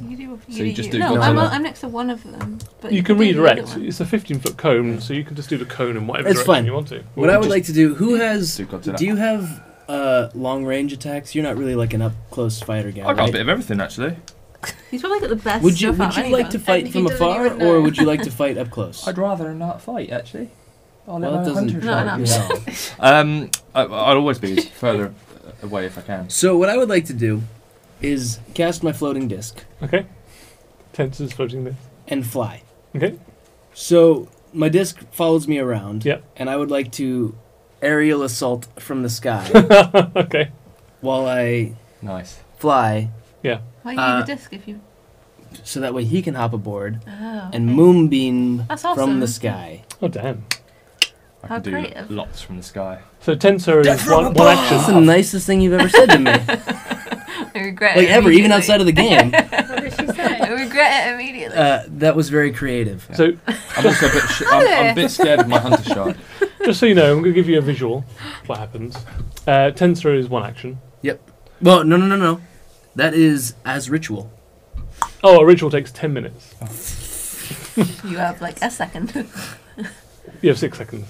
you do Oh,
So you just do
No,
one
I'm,
or
on-
not?
I'm next to one of them. But
You can
do the other
redirect.
one.
It's a 15 foot cone, so you can just do the cone in whatever
It's
direction
fine.
you want to.
What I would like to do. Who has?
Do Godzilla.
Do you have uh, long range attacks? You're not really like an up close fighter guy.
I got a
right?
bit of everything actually.
He's probably got the best
Would you
stuff out
would
of
you like
anyone.
to fight
he
from
doesn't
afar,
even know.
or would you like to fight up
(laughs)
close?
I'd rather not fight, actually. I'll let
Well,
my
that doesn't.
hunter
No,
try.
no.
no.
Um, I, I'll always be as further away if I can.
So what I would like to do is cast my floating disc
Okay. Tensors floating there.
and fly.
Okay.
So my disc follows me around.
Yep.
And I would like to aerial assault from the sky
(laughs) okay.
while I
Nice.
fly,
Why do you
Uh,
need a disc if you?
so that way he can hop aboard
Oh,
and
okay.
moonbeam
That's
from
awesome.
the sky.
Oh damn.
I
How
can do
creative.
lots from the sky.
So tensor is one, one
That's
action.
the nicest thing you've ever said
(laughs)
to me,
(laughs) I regret
like
it
ever, even
immediately.
outside
(laughs)
of the game.
What did she
I
say?
regret it immediately.
Uh, that was very creative.
So
I'm also a bit. Sh- I'm, I'm a bit scared of my hunter shark.
Just so you know, I'm going to give you a visual of what happens. Uh, tensor is one action.
Well, no, no, no, no. That is as ritual. (sighs)
Oh, a ritual takes 10 minutes.
you have like
(laughs)
a second.
You have six seconds.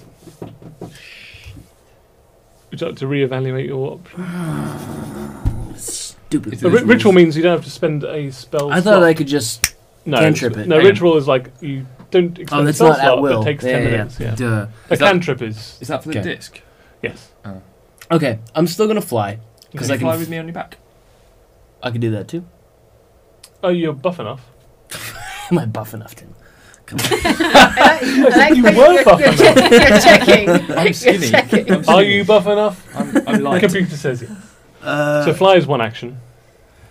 Would you like to reevaluate your option?
Stupid.
Is
A
it-
ri- ritual means you don't have to spend a spell.
I thought
slot.
I could just.
no,
cantrip
it's-
it.
No,
Hang on.
ritual is like you don't expend
Oh,
a
that's
spell
not
slot,
at will.
but takes
yeah,
10
yeah,
minutes. Yeah.
Duh.
A
Is that-
cantrip is.
Is that for the
Okay.
disc?
Yes.
Okay, I'm still gonna fly. 'Cause
Can
I
you
can
fly
f-
with me on your
(laughs)
back?
I could do that too. (laughs)
Oh, you're buff enough.
Am I buff enough to?
I
I
said
like
you
that
were
you're-
buff
you're
enough.
check- You're checking.
I'm (laughs) skinny. I'm skinny.
Are you
(laughs)
buff enough?
I'm, I'm
The
light.
computer says yes.
Uh,
so fly is one action.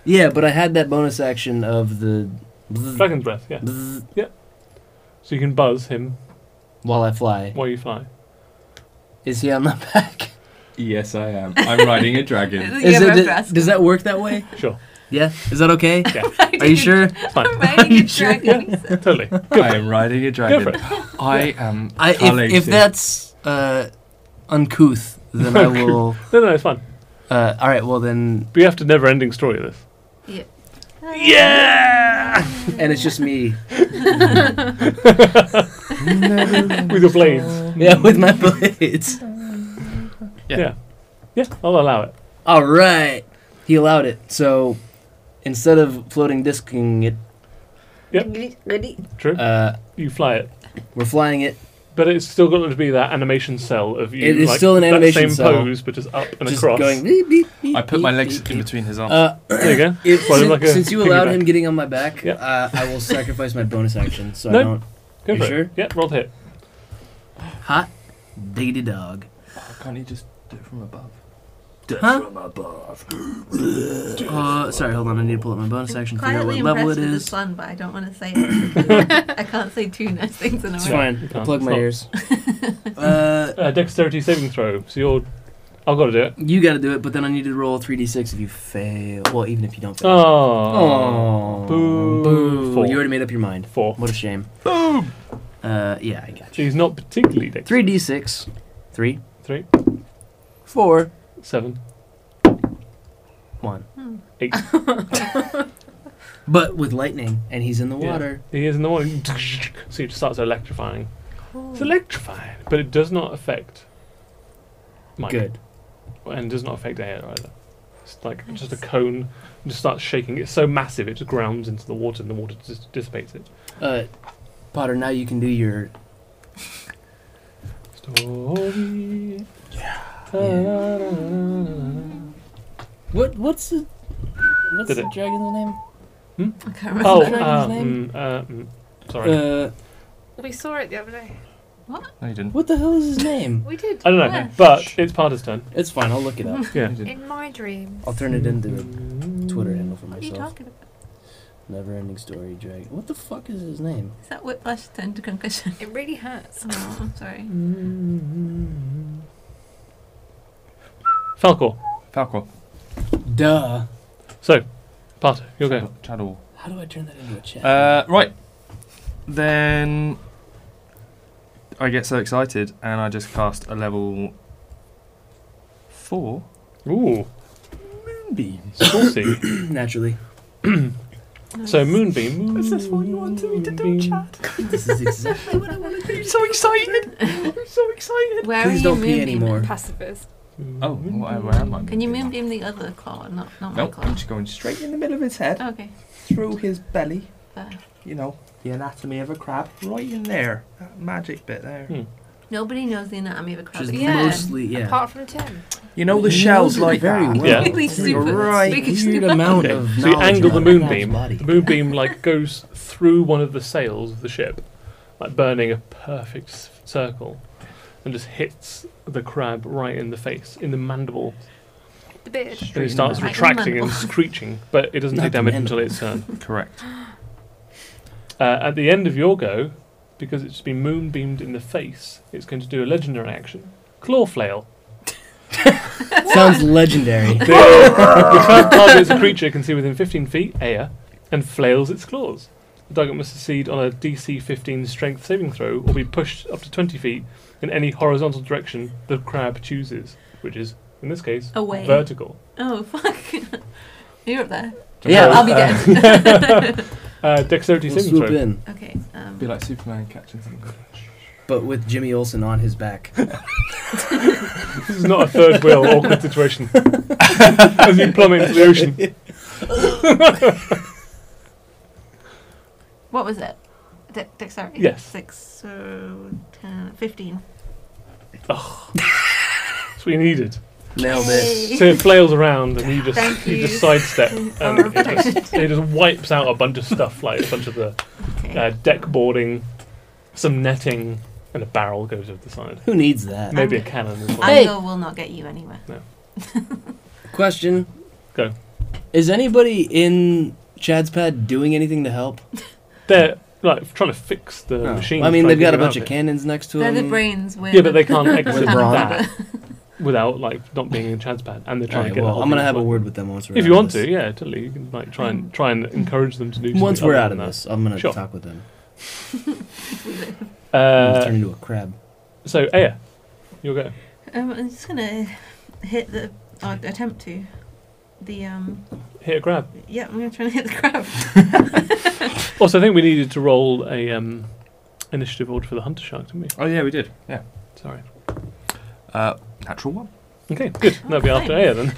yeah, but I had that bonus action of the.
Dragon's breath, yeah.
bzz
So you can buzz him
while I fly,
while
(laughs)
you fly.
is he on the (laughs) back?
Yes, I am. I'm riding a
(laughs)
dragon.
Is
You
it,
have a
does,
breast.
that work that way?
(laughs) Sure.
Yeah. Is that okay?
Yeah.
(laughs)
Are you sure?
It's fine.
(laughs)
Riding
you
a dragon. He said,
Totally.
I am riding a
Go for
dragon.
it.
I am.
I, if, if
collated.
that's uh, uncouth, then I will.
No, no, it's fine.
Uh, all right. Well then.
We have to never-ending story
(laughs)
this. (laughs)
(laughs)
Yeah. and it's just
(laughs)
me.
With your blades.
Yeah, with my (laughs) blades.
Yeah.
Yeah. Yeah, I'll allow it.
All right. He allowed it. So instead of floating disking it,
True.
uh,
you fly it.
we're flying it
But it's still got to be that animation cell of you.
It is
like,
still an animation
that same
cell.
pose, but just up and
just
across.
going. Beep, beep, beep,
I put my
beep,
legs
beep,
in
beep.
between his arms.
Uh,
There
(laughs)
you go.
if,
Well,
since,
like a
since you allowed him
piggyback.
getting on my back,
Yeah.
uh, I will sacrifice my bonus action so
No.
I don't.
Go
You
for it.
sure?
Yeah, roll to hit.
Hot diggity dog.
Can't you just do it from above?
Huh? Uh, sorry, hold on. I need to pull up my bonus action, figure out
Quietly
what
impressed
level
with
it
the
is.
sun, but I don't want to
(laughs)
say it. (laughs) I can't say two nice things in a
It's
row. (laughs)
fine.
can't.
I'll plug
It's
my
not-
ears. uh,
Uh, dexterity saving throw. So you're. I've got to do it.
you got to do it, but then I need to roll 3d6 if you fail. Well, even if you don't fail.
Oh.
Oh,
Boo. Four.
You already made up your mind.
Four.
What a shame. Boom. Uh, yeah, I got
So he's not particularly
you.
dex.
3d6. 3,
Three.
4,
Seven.
1.
Hmm.
Eight.
(laughs) But with lightning, and he's in the
Yeah.
water.
He is in the morning. So it starts electrifying. It's electrifying. But it does not affect. Mike.
Good.
and does not affect air either. It's like just a cone and just starts shaking. It's so massive it just grounds into the water and the water just dissipates it.
Uh, Potter, now you can do your.
Story. Oh,
What? What's the. What's
Did
the
it-
dragon's name?
I can't remember.
Oh,
(laughs) What's the
uh,
dragon's
mm, uh, mm, sorry.
Uh,
We saw it the other day.
No, you didn't.
what the hell is his name?
We did.
I don't know,
yeah.
but it's Parta's turn.
It's fine. I'll look it up.
Yeah.
You didn't.
In my dream.
I'll turn it into a Twitter handle for
What are you
myself.
talking about?
Never-ending story dragon. What the fuck is his name?
Is that whiplash turned to concussion?
It really hurts.
(laughs) Oh, I'm sorry.
Falcor.
Falcor.
Duh.
So, Parta, you'll go.
Chador.
How do I turn that into a chat?
Uh,
(clears throat)
right. Then I get so excited and I just cast a level four.
Ooh,
Moonbeam.
saucy.
Naturally.
So moonbeam. Moonbeam.
Is this what you wanted me to do, Chad?
This is exactly.
I'm so excited.
(laughs)
I'm so excited.
Where
Please
are
don't
you
pee
moonbeam
anymore.
Pacifist.
Oh, where, where am I?
Can you moonbeam the other claw? Not, not
Nope,
my
I'm
claw.
just going straight.
Straight in the middle of his head,
Okay.
through his belly.
Fair.
You know, the anatomy of a crab, right in there. That magic bit there.
Hmm.
Nobody knows the anatomy of a crab.
Which is
but
Yeah.
mostly yeah.
Apart from Tim.
You know
He
the
knows
shells
it
like
very
that.
well.
Yeah.
Really super
Right.
speaking.
Huge amount
Okay,
of
So you
knowledge
angle the
about a crab's
moonbeam.
body.
The moonbeam like goes through one of the sails of the ship, like burning a perfect s- circle, and just hits the crab right in the face, in the mandible,
The beard.
Straight
and
in
it starts
the
Right in the
retracting and
mandible.
screeching. But it doesn't
Not
take
the
damage
mandible.
until its turn.
Correct.
Uh, at the end of your go, because it's been moonbeamed in the face, it's going to do a legendary action, claw flail.
mouth. Sounds
(laughs)
legendary.
The, the crab targets a creature can see within 15 feet, Aya, and flails its claws. The target must succeed on a DC 15 strength saving throw or be pushed up to 20 feet in any horizontal direction the crab chooses, which is, in this case,
Away.
vertical.
Oh, fuck. (laughs) You're up there.
Yeah,
I'll be dead.
(laughs)
(laughs)
Uh, dexterity
We'll
saving
swoop
throw.
in,
Okay. Um,
Be like Superman catching something.
but with Jimmy Olsen on his
(laughs)
back.
This is not a third wheel awkward situation. As you plummet into the ocean.
What was it? De- dexterity?
Yes.
Six, so 10, 15.
That's what you needed.
Nailed it.
So it flails around and you just
Thank
you
you.
just
(laughs)
sidestep and
Oh,
um, it (laughs) just, it just wipes out a bunch of stuff like a bunch of the
Okay.
uh, deck boarding, some netting, and a barrel goes over the side.
Who needs that?
Maybe a cannon as well.
Hey.
Angle will not get you anywhere.
Question.
Go.
Is anybody in Chad's pad doing anything to help?
They're like trying to fix the
No.
machine.
I mean,
trying
they've
to
got
get
a bunch
out
of
it.
cannons next to
They're
them.
the brains with.
um, Yeah, but they can't (laughs) exit
With a
that without like not being in Chad's pad, and they're trying
Alright,
to get.
well,
the whole
I'm gonna
thing
have a
working.
word with them once we're
If
out
you
of
want
this.
to, yeah, totally. You can like try and try and encourage them to do.
Once
something
we're
other
out of
than
this, I'm gonna
Sure.
talk with them.
that.
I'm gonna
Uh,
turn into a crab.
so Aya, you'll go.
(laughs) Um, I'm just gonna hit the. Or attempt to. The. um.
Hit a grab.
Yeah, I'm gonna try and hit the crab. (laughs)
Also, I think we needed to roll a um, initiative order for the hunter shark, didn't we?
Oh yeah, we did. Yeah.
Sorry.
Uh, natural one.
Okay, good. That'll be after
Fine.
Aya then.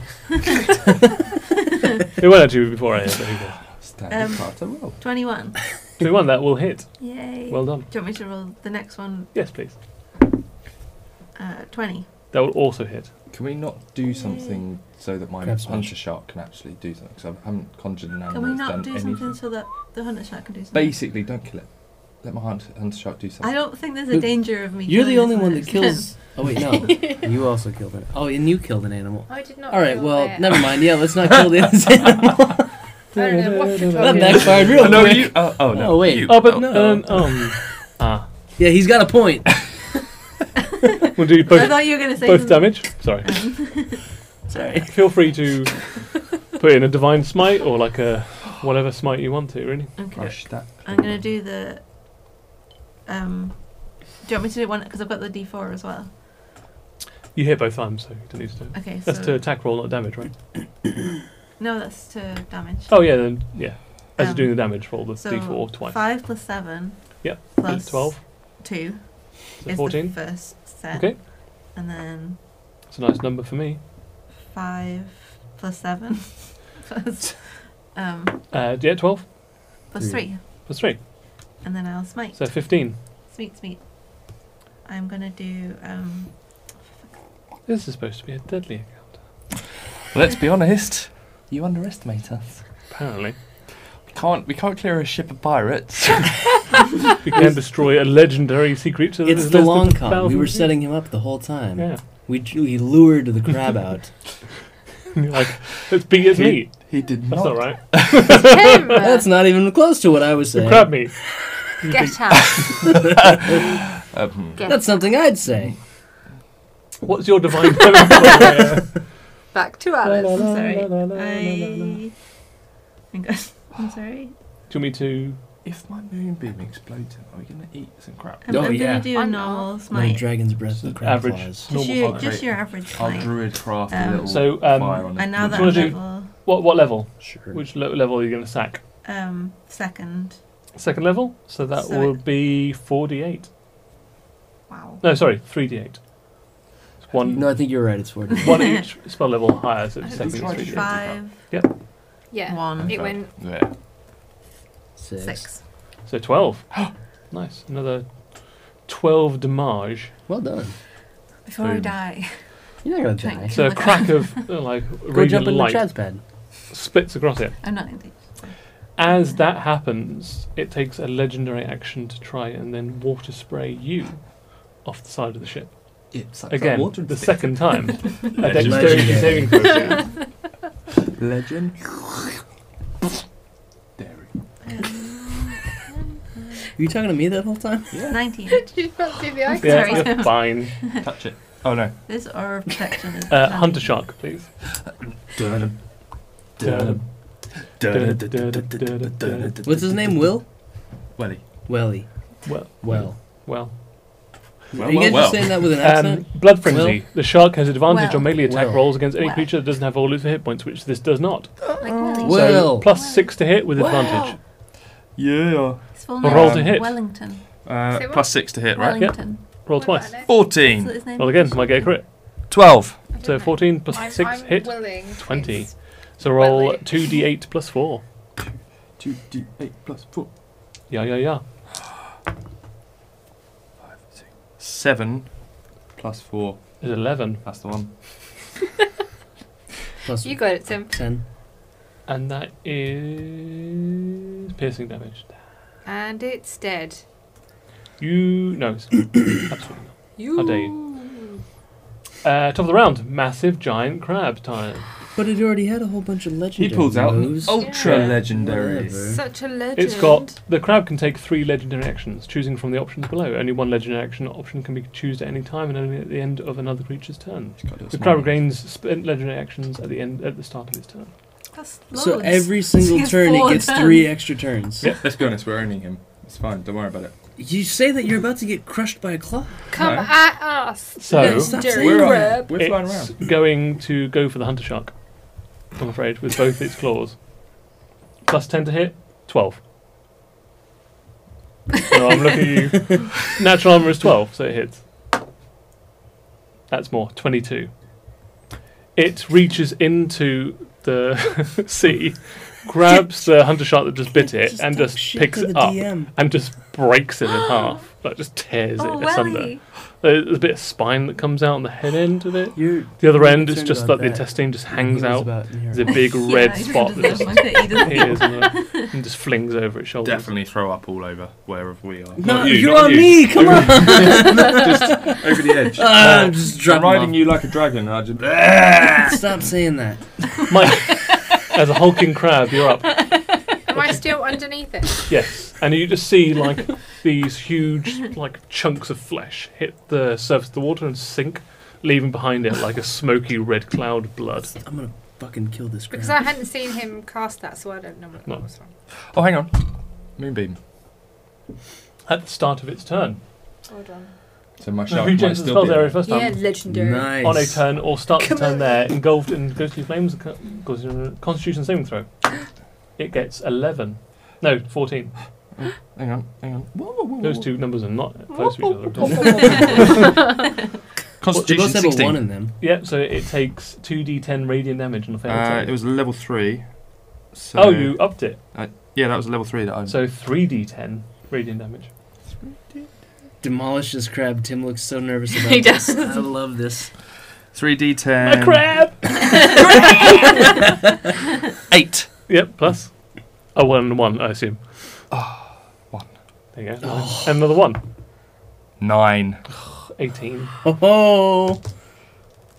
(laughs) it won't actually be before Aya, but here we go.
Standard
Um,
Carter roll.
21.
So one that will hit.
Yay.
Well done.
Do you want me to roll the next one?
Yes, please.
Uh, 20.
That will also hit.
Can we not do something so that my
Crab smash.
hunter shark can actually do something? Because I haven't conjured an animal
Can we
that's
not
done
do
anything.
something so that the hunter shark can do something?
Basically, don't kill it. Let my hunter, hunter shark do something.
I don't think there's
Who-
a danger of me.
You're the
killing
only
this
one that
next time.
kills. Oh wait, no. (laughs) you also killed an. Oh, and you killed an animal.
I did not.
All right,
feel
well,
there.
never mind. Yeah, let's not kill (laughs) the other animal.
I don't know what you're
that
talking
backfired real
Oh, no,
quick.
you. Oh, oh no.
Oh, wait.
You.
Oh, but um, um, ah,
Yeah, he's got a point.
um, we'll do
I
both,
thought you were going to say.
both damage.
(laughs)
Sorry.
Sorry.
Feel free to put in a divine smite or like a whatever smite you want to. Really.
Okay.
Crush that.
I'm going to do the. Um, do you want me to do one? Because I've got the d4 as well.
You hit both times, so you don't need to do. It.
Okay, so.
That's to attack roll, not damage, right?
No, that's to damage.
Oh yeah, then yeah. As
Um,
you're doing the damage, roll the
so
d4 twice.
5 plus 7.
Yep,
Plus
Twelve.
2
So
is
Fourteen.
the first set.
Okay.
And then
It's a nice number for me.
5 plus 7 (laughs) plus, um,
Uh, yeah, twelve
plus 3.
plus three,
And then I'll smite.
so fifteen.
Smeet, smeet. I'm gonna do.
(laughs)
Um,
This is supposed to be a deadly account,
Let's be honest. You underestimate us.
apparently.
We can't. We can't clear a ship of
(laughs)
pirates.
You can destroy a legendary sea creature. that
It's
is
the
less than
long
a
con. We
thousand
were
feet.
setting him up the whole time.
Yeah.
We, we lured the crab out.
(laughs) You're like, let's beat his
He-
meat.
he did
That's
not.
all right.
Tim!
That's not even close to what I was saying.
Crab meat. You think-
Get out.
Um,
Get
That's something I'd say.
What's your divine feminine?
(laughs)
back to Alice.
I'm
(laughs)
sorry. I. I'm good. I'm
Do
sorry.
you want me to?
If my moonbeam explodes, are we gonna eat some crap?
I'm,
Oh,
I'm
yeah.
gonna do a
I'm not.
normal
My
smite.
dragon's breath and crab
Average.
claws.
Just
normal
your,
smite.
just your average
I'll
smite.
druid craft
Um,
a little
So, um,
fire on it.
And now
Do
that
you
I'm
wanna do-
level,
What what level?
Sure.
Which le- level are you going to sack?
um, second.
Second level, so that
So
will
it-
be 4d8.
Wow.
No, sorry, 3d8. It's one,
No, I think you're right. It's four.
(laughs) one each spell level higher, so
I
it's
think
second
it's
it's
is 3d8.
Five,
Yeah.
one,
It went (laughs)
Yeah.
Six.
six.
So 12. (gasps) nice. Another 12 damage.
Well done.
Before I
Boom.
die. (laughs)
You're not
Thank
gonna die.
you.
So a
look
crack of uh, like
Go
radiant
jump in the
light
Chad's pad.
splits across it.
I'm not indeed.
As that happens, it takes a legendary action to try and then water spray you off the side of the ship.
It sucks up
Again,
water a
the
bit.
second
(laughs)
(laughs) time. a
Legendary. (laughs)
dexterity saving throw. yeah.
legend.
Were you talking to me that whole time?
Nineteen.
you can't see the eye.
Yeah,
Sorry.
you're fine.
Touch it. Oh no.
This aura of protection is.
Uh, hunter shark, please.
Dun,
Dun.
dun, dun, dun, dun, dun, dun, dun, dun, dun, dun,
(laughs) What's his name? Will?
Welly.
Welly.
Well,
Well.
well.
Well,
Are you
well,
guys
well.
just saying that with an accent?
Um, blood frenzy. The shark has advantage
Well.
on melee attack
Well.
rolls against any
Well.
creature that doesn't have all its hit points, which this does not.
like Wellington.
Well.
So plus six to hit with advantage.
Yeah.
It's vulnerable.
Roll to hit.
Wellington.
Uh,
Say what?
plus six to hit, right?
Wellington.
Roll twice.
Is that
14.
his name?
Roll again. Might get a crit.
Twelve.
So 14 plus
I'm,
6
I'm
hit.
Willing.
20.
It's-
So roll
Well,
2d8 plus 4.
Two D eight plus four.
Yeah, yeah, yeah.
Seven plus four.
Is 11.
That's the one.
Plus
You got it, Tim.
ten.
And that is piercing damage.
And it's dead.
You. No. it's- Absolutely not. How dare you? Uh, top of the round. Massive giant crab time.
But it already had a whole bunch of legendary
He pulls out an
Oh,
moves.
ultra
Yeah.
legendary.
Whatever.
Such a legend.
It's got. The crab can take three legendary actions, choosing from the options below. Only one legendary action option can be choosed at any time and only at the end of another creature's turn. The crab gains spent legendary actions at the end at the start of his turn.
That's
So
loads.
every single
It's
turn it
four
gets
turns.
three extra turns.
Yeah.
Let's be honest, we're owning him. It's fine. Don't worry about it.
You say that you're about to get crushed by a claw.
Come
No.
at us.
So-
legendary
Stop saying
We're, on-
crab.
we're flying
it's
around.
going to go for the hunter shark. I'm afraid with both its claws. Plus ten to hit,
(laughs)
twelve. No, I'm looking at you. Natural armor is twelve, so it hits. That's more, twenty-two. It reaches into the (laughs) sea, grabs the hunter shark that just bit it, and
talk
just
shit
picks
to
it
the
up
DM.
and just
(gasps)
breaks it in half. Like just tears
Oh,
it asunder.
Welly.
There's a bit of spine that comes out on the head end of it.
You're
The other
you're
end is
concerned
just
about
like the
that.
intestine just hangs
He was
out.
about in here.
There's a big
Yeah,
red
he
spot
doesn't
that just
want it, he doesn't
appears and, uh, and just flings over its shoulders.
Definitely throw up all over wherever we are.
(laughs) No,
Not you,
you're
not
on
you.
me. Come
(laughs)
on.
Over the edge. Uh,
Ah, I'm just
I'm
dropping
riding
off.
you like a dragon. I just.
Stop saying that.
Mike, as a hulking crab, you're up.
Am I still
(laughs)
underneath it?
Yes, and you just see like these huge like chunks of flesh hit the surface of the water and sink, leaving behind it like a smoky red cloud of blood.
I'm gonna fucking kill this
Because I
crab.
hadn't seen him cast that, so I don't know what
No.
that was from.
Oh, hang on. Moonbeam.
At the start of its turn,
Hold on.
So my
no,
shark
who
might
jumps the
still
spell
be
area
there.
first time?
legendary.
Nice.
on a turn or starts
Come
a turn
on.
there engulfed in ghostly flames co- goes in a constitution saving throw it gets 11 no 14
(gasps) Hang on, hang on. Whoa, whoa, whoa,
those
whoa.
two numbers are not close to each
(laughs)
other
They
Constitution
both have a
16.
one in them.
yep so it takes 2d10 radiant damage on a failed
uh,
save.
it was uh, level 3. So
oh you upped it
Yeah, that was level 3 that I.
so 3d10 radiant damage
Demolish this crab. Tim looks so nervous about
(laughs) He
this.
does.
I love this.
3d10.
a
(laughs)
crab
8.
yep plus a 1 and 1 I assume
Ah, one. Oh.
there you go and another 1
9.
18
Oh,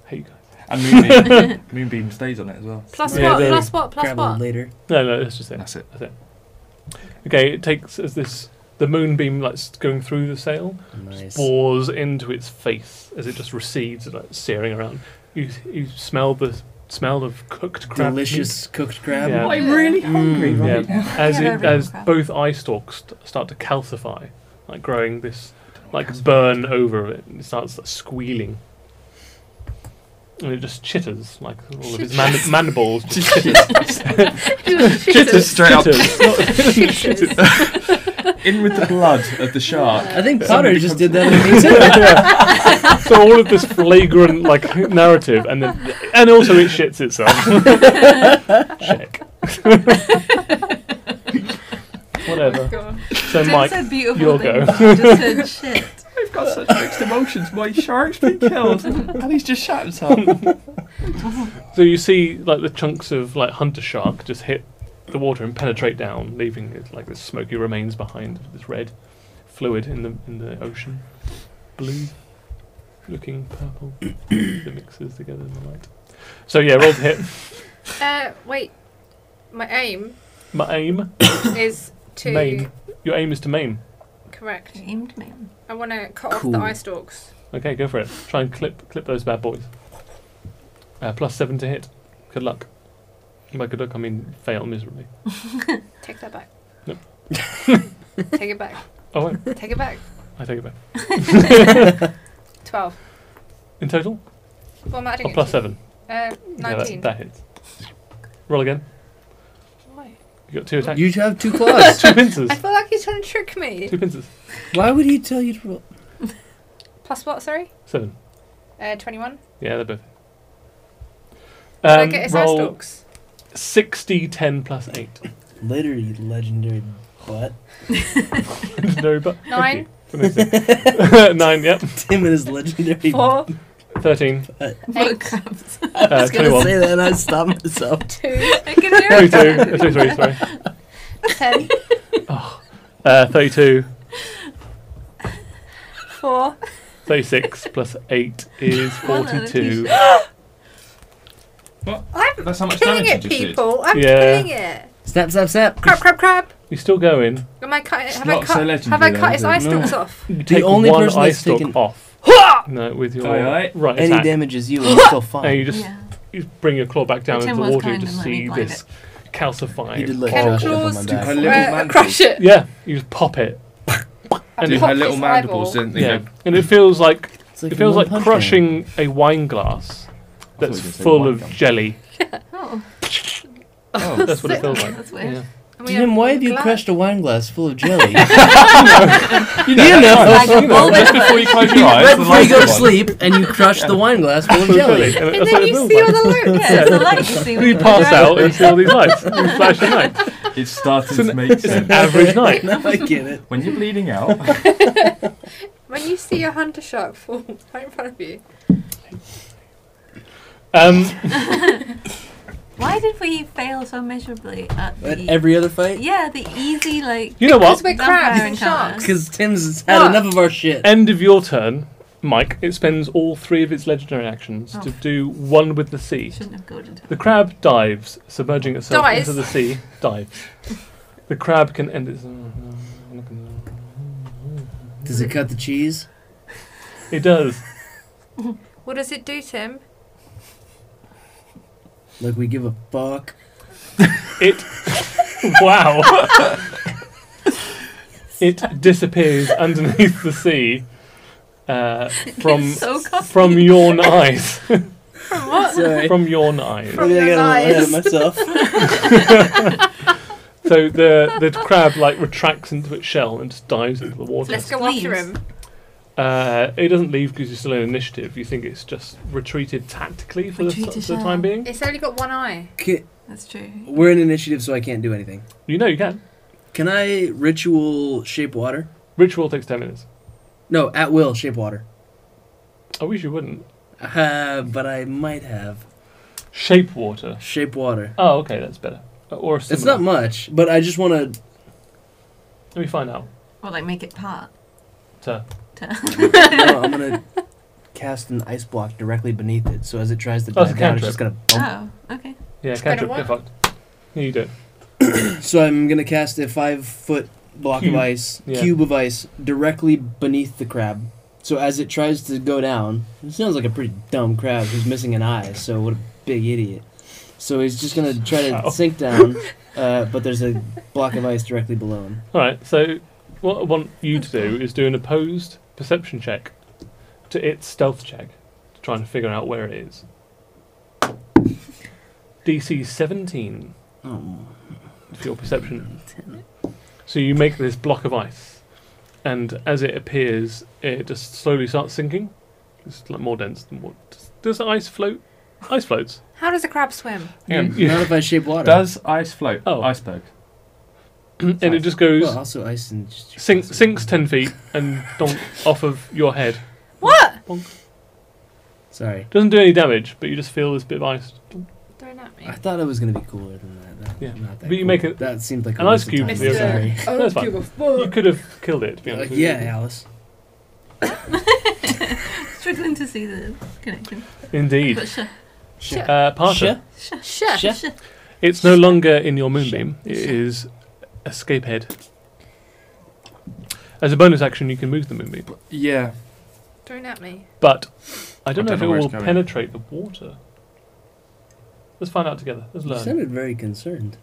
hey you guys
And Moonbeam, Moonbeam stays on it as well.
Plus
Yeah,
what?
the-
Plus what? Plus
crab
what?
later.
no no that's just it
That's it.
okay it takes as this the moonbeam like s- going through the sail
Nice.
bores into its face as it just recedes, like searing around. You you smell the smell of cooked crab. meat.
Delicious cooked crab.
(laughs) Yeah.
I'm really hungry
Mm,
Yeah, as
Yeah,
it,
very
as
crab.
both eye stalks st- start to calcify, like growing this like burn over it, and it starts like, squealing. and it just chitters like all of his mand- mandibles. (laughs)
(laughs)
Just chitters.
Just straight up.
In with the blood of the shark.
I think
Somebody
Potter
comes-
just did
(laughs)
that with
(laughs)
me too.
so all of this flagrant like narrative, and then and also it
(laughs)
shits itself. Check. Whatever. So Mike,
said beautiful
you'll
things,
go.
you just said shit.
I've got such mixed emotions. My shark's been killed, and he's just shot himself.
so you see like the chunks of like hunter shark just hit the water and penetrate down, leaving it like this smoky remains behind this red fluid in the in the ocean, blue,
(coughs)
looking purple that mixes together in the light. So yeah, roll to hit.
Uh, wait. My
(coughs)
aim
My aim,
is to
maim. Your aim is to maim.
correct.
Aimed man.
I want to cut
Cool.
off the eye stalks.
Okay, go for it. Try and clip clip those bad boys. Uh, plus seven to hit. Good luck. By good luck, I mean fail miserably.
Take that back.
Nope.
(laughs) Take it back.
Oh
(laughs)
wait,
Take it back.
I take it back.
Twelve.
In total,
Well, I'm adding
oh,
it
plus
to-
seven.
Uh,
Yeah,
nineteen.
that, that hits. Roll again.
Why?
You got two attacks.
You have two claws.
(laughs) two pincers.
(laughs) I feel like he's trying to trick me.
Two pincers.
(laughs) Why would he tell you to roll?
Plus what? Sorry.
Seven.
Uh, twenty-one.
Yeah, they're both.
Did I
Um,
get his eye
roll
stalks?
60, 10 plus 8.
Later, you legendary butt.
(laughs) no, but
Nine.
(laughs)
thank
(laughs)
you. (laughs) Amazing. Nine, yep.
Tim and his
E.
legendary.
(laughs)
Four.
13,
Eight.
I was gonna
21.
say that, and I stopped myself.
Two.
I can do it.
22, uh, 23, sorry.
(laughs) Ten.
Uh, 32,
Four.
36 plus 8 is
Well done,
42.
That's how much
Killing
damage
it,
you just did.
people. I'm
Yeah.
killing it.
Snap, snap, snap.
Crab, crab, crab.
You're still going.
Am I cut, have, I
not so
cut, have I
legendary,
cut his
though,
eye
is it? (laughs)
stalks off?
You
The
take
only
one
person
eye
that's
stalk
taken-
off. no, with your
Aye, aye.
right
Any
attack.
damage is
(laughs)
you, and you're still fine.
And you just
Yeah.
you bring your claw back down
Tim
into the
was
water and
kind
just
and let me
see
blind
this calcified.
You did look
Can
Oh,
horrible-
shit,
claws
I'm
do,
undone.
Her little
uh,
mandibles.
crush it?
Yeah, you just pop it. And
Do
it,
Pop
her
his
little mandibles,
eyeball.
didn't they?
yeah,
go-
and it feels like
It's like
it feels
one
like
punch man.
crushing a wine glass
I thought
that's
you were gonna say
full
wine
of
gum.
jelly.
Oh,
Oh,
That's what
(laughs)
it feels like.
that's weird.
Yeah.
And we
Jim,
have
why have you
glass.
crushed a wine glass (laughs) full of jelly?
you know,
Like a bulb.
just before you close your eyes,
right
the
before you
lights
go
are
to
on.
sleep, and you crush the wine glass full of jelly.
And
And
that's
then
what it
you
feels
see
like.
all the loot.
Yeah, it's the light you see when
We
you (laughs)
pass
drive.
out and see all these lights. We flash the lights.
It's starting to make
It's an
sense.
(laughs)
average night.
No, I get it.
When you're bleeding out,
When you see a hunter shark fall (laughs) right in front of you,
Um,
Why did we fail so miserably at
But
the
every other fight?
Yeah, the easy like
you know what?
because we're crabs and sharks.
Because Tim's had
What?
enough of our shit.
End of your turn, Mike. It spends all three of its legendary actions to
Oh.
do one with the sea.
shouldn't have goaded
The crab dives, submerging itself
Dives.
into the sea. Dives. The crab can end its. I'm not gonna-
Does it cut the cheese?
It does.
what does it do, Tim?
Like we give a fuck.
It. (laughs) wow. it disappears underneath the sea
(laughs)
uh, from
so cocky.
from your
(laughs)
eyes.
(laughs)
(laughs)
Sorry.
from your eyes.
From
Maybe I
your
got a little ahead of
eyes.
myself.
(laughs)
So the the crab like retracts into its shell and just dives into the water.
Let's go
Sleeves.
after him.
Uh, it doesn't leave because you're still in initiative. You think it's just retreated tactically for, the,
Retreat to
for
uh,
the
shell.
time being.
It's only got one eye.
Ca-
That's true.
We're in initiative, so I can't do anything.
You know you can.
Can I ritual shape water?
Ritual takes ten minutes.
No, at will shape water.
I wish you wouldn't.
Uh, but I might have
Shape water.
shape water.
Oh, okay, that's better. Or a
It's
similar.
not much, but I just want to.
Let me find out.
Well, like make it part.
So,
No, I'm gonna (laughs) cast an ice block directly beneath it, so as it tries to
Oh, it's a
dive down, it's just gonna bump.
Oh, okay.
yeah,
It's gonna
cantrip, get
work.
fucked. Yeah, you do. it.
So I'm gonna cast a five foot block
Cube.
of ice,
Yeah.
cube of ice, directly beneath the crab. So as it tries to go down, it sounds like a pretty dumb crab who's missing an eye. So what a big idiot. So he's just gonna try to
Wow.
sink down, uh, but there's a block of ice directly below him.
All right. So, what I want you to do is do an opposed perception check to its stealth check to try and figure out where it is. DC 17
Oh.
for your perception. So you make this block of ice, and as it appears, it just slowly starts sinking. It's like more dense than what. Does, does ice float? Ice floats.
How does a crab swim?
Hang on.
Not if I shape water.
Does ice float?
Oh.
Iceberg.
(laughs) and it just goes
Well, also ice and just-
sink, sinks ten feet and donk off of your head.
What?
Sorry,
Doesn't do any damage, but you just feel this bit of ice.
Don't at me.
I thought it was gonna be cooler than that. That-
Yeah.
not that
But you
cool.
make it-
That seemed like
an
a
ice
waste of
cube
time.
would be okay.
Sorry.
That's fine. You could have killed it. To be honest
Like,
with you.
Uh, yeah, Alice.
Struggling to see the connection.
Indeed.
But sure.
Uh, Parker.
Sure.
Shit.
Sure.
It's no longer in your moonbeam. It is escape head. As a bonus action, you can move the moonbeam,
Yeah.
Don't at me.
but I don't
I
know
don't know where
if it
it's
will
going.
penetrate the water. Let's find out together. Let's
You
learn.
sounded very concerned.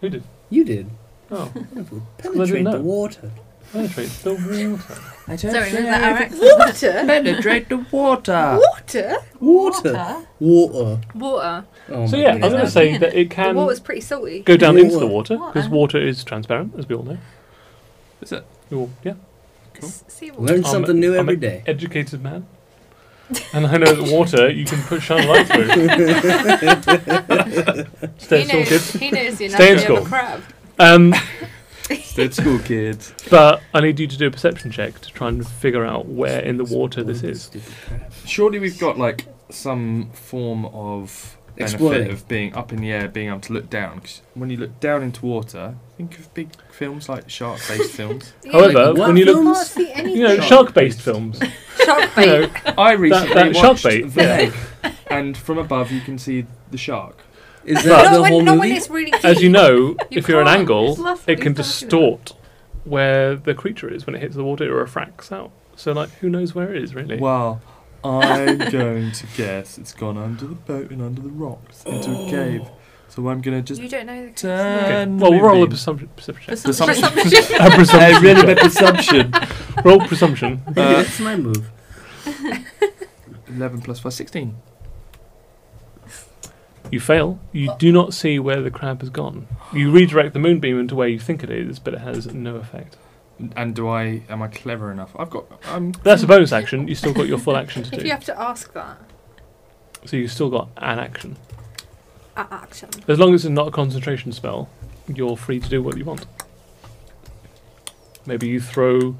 Who did?
You did.
Oh, (laughs)
It will
I didn't
Penetrate the
know.
water.
penetrate the water.
I don't
Sorry, was
think
that our
I
accent?
penetrate the
(laughs)
water.
Water?
Water. Water.
Water.
Oh
so
my
yeah,
God.
I'm going to
There's
say
nothing
that
in
it
The
can
water's pretty salty.
go down into the
Water.
water because water is transparent, as we all know.
Is it?
You're, yeah,
It's seawater. (laughs)
Learn something new
I'm
every
a-
day.
educated man. And I know that water you can put shine
(laughs)
light through. Stay
He
still,
knows,
kids.
he knows the
Stay
anatomy
in
of
school.
a crab.
Um,
Stay at school, kids.
But I need you to do a perception check to try and figure out where in the water this is.
Stupid crap.
Surely we've got like some form of benefit
Exploring.
of being up in the air, being able to look down. 'cause when you look down into water, think of big films like
(laughs)
shark-based films.
However,
Like, what
when you look,
films?
See anything?
you know,
Shark.
shark-based films.
Shark
You
bait.
know,
I recently
that shark
watched
bait.
The Egg, and from above you can see the shark.
Is
But-
that
no,
the whole
when, no one
movie?
is really
as you
(laughs)
know,
You
if you're an
can't.
angle,
It's lovely,
it can
it's lovely.
distort where the creature is when it hits the water. It refracts out. So like, who knows where it is really?
Well, I'm (laughs) going to guess it's gone under the boat and under the rocks into a cave. So I'm gonna just
You don't know the
Okay.
turn.
Well,
the
roll a
moonbeam.
presumption. perception check.
Presumption. (laughs)
A
I
presumption.
read
check. (laughs)
about presumption.
Roll presumption.
Hey,
Uh,
(laughs) that's my move.
11 plus 5, 16.
You fail. You do not see where the crab has gone. You redirect the moonbeam into where you think it is, but it has no effect.
And do I? Am I clever enough? I've got. I'm.
That's a bonus action. You still got your full action to
If
do.
you have to ask that,
So you've still got an action.
at action.
As long as it's not a concentration spell, you're free to do what you want. Maybe you throw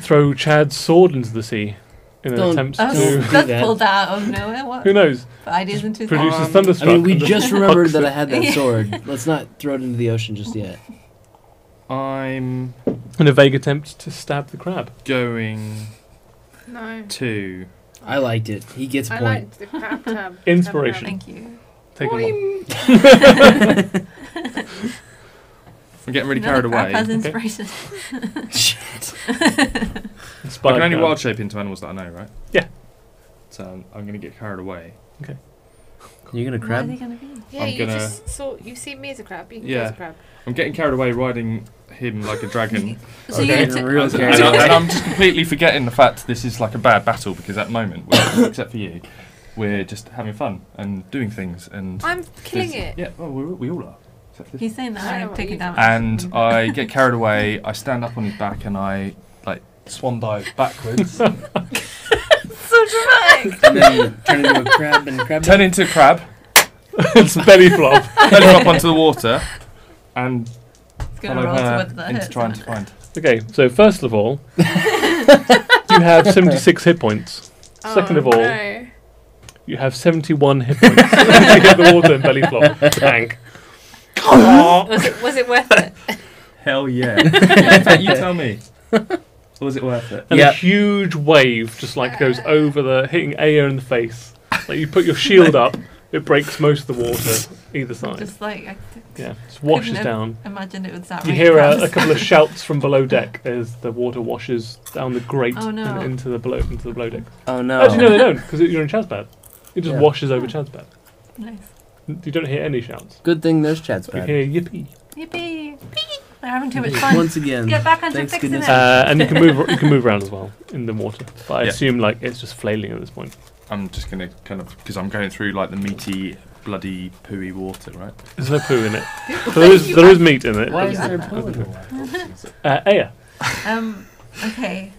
throw Chad's sword into the sea in an
Don't-
attempt
Oh,
(laughs) Oh,
to
do
that's
that.
pulled out of nowhere. What?
who knows
Ideas into
produce a
Um,
I
thunderstruck.
mean, we
and (laughs)
just
hucks
remembered that
it.
I had that
Yeah. (laughs)
sword. Let's not throw it into the ocean just yet.
I'm
in a vague attempt to stab the crab.
going
No.
to.
I liked it. He gets
I
point.
liked the crab tab.
Inspiration.
Thank you.
Take a one.
I'm getting really
Another
carried
crab
away.
Has
I
inspiration.
(laughs)
Inspired
can only
crab.
wild shape into animals that I know, right?
Yeah.
So I'm, I'm gonna get carried away.
You're gonna
What are they
crab?
going to be?
Yeah,
I'm
you
gonna-
just saw. You see me as a crab. You can
Yeah.
yeah. as a crab.
I'm getting carried away riding him like a dragon.
So you're
Oh, Okay.
gonna
You're
ta-
real
and,
carried
I,
away.
and I'm just completely forgetting the fact this is like a bad battle because at the moment, we're, (coughs) except for you, we're just having fun and doing things and.
I'm killing
there's-
it.
Yeah. Well, we're, we all are. Except
(laughs)
this
He's saying that
I know
I'm
what
taking
you-
damage.
and I get carried away. I stand up on his back and I like swan dive backwards,
so dramatic.
And then turn into a crab and crab.
turn into a crab,
(laughs) it's belly flop.
belly up onto the water, and
It's going to
follow
roll
her
towards the
into
hurt.
trying to find.
Okay, so first of all, you have 76 hit points. Second of all,
(laughs)
Oh, no.
you have 71 hit points. (laughs) you get the water and belly flop. Tank.
was it was it worth it?
Hell yeah!
(laughs)
you tell me. Was it worth it?
And
Yeah.
a huge wave just like goes over the, hitting Aya in the face. Like you put your shield up, it breaks most of the water either side.
Just like I
Yeah, just washes
Couldn't have-
down.
imagined it would sound.
You
really
hear a, a
gross.
couple
(laughs)
of shouts from below deck as the water washes down the grate
Oh, no.
and into the below into the below deck.
Oh no!
Actually, no, they don't, because you're in Chazbad. It just
Yeah.
washes over Chazbad.
Nice.
You don't hear any shouts.
Good thing there's Chad's
You
back.
hear yippee.
Yippee! They're having too much fun.
Once again,
Get back onto
thanks
fixing
goodness.
it. (laughs)
Uh, and you can move you can move around as well in the water. But I
Yeah.
assume like it's just flailing at this point.
I'm just gonna kind of because I'm going through like the meaty, bloody, pooey water, right?
There's no poo
(laughs)
in it. There is, there is meat in it.
Why
but-
is there a poo in the water?
Uh, Aya.
Um, okay.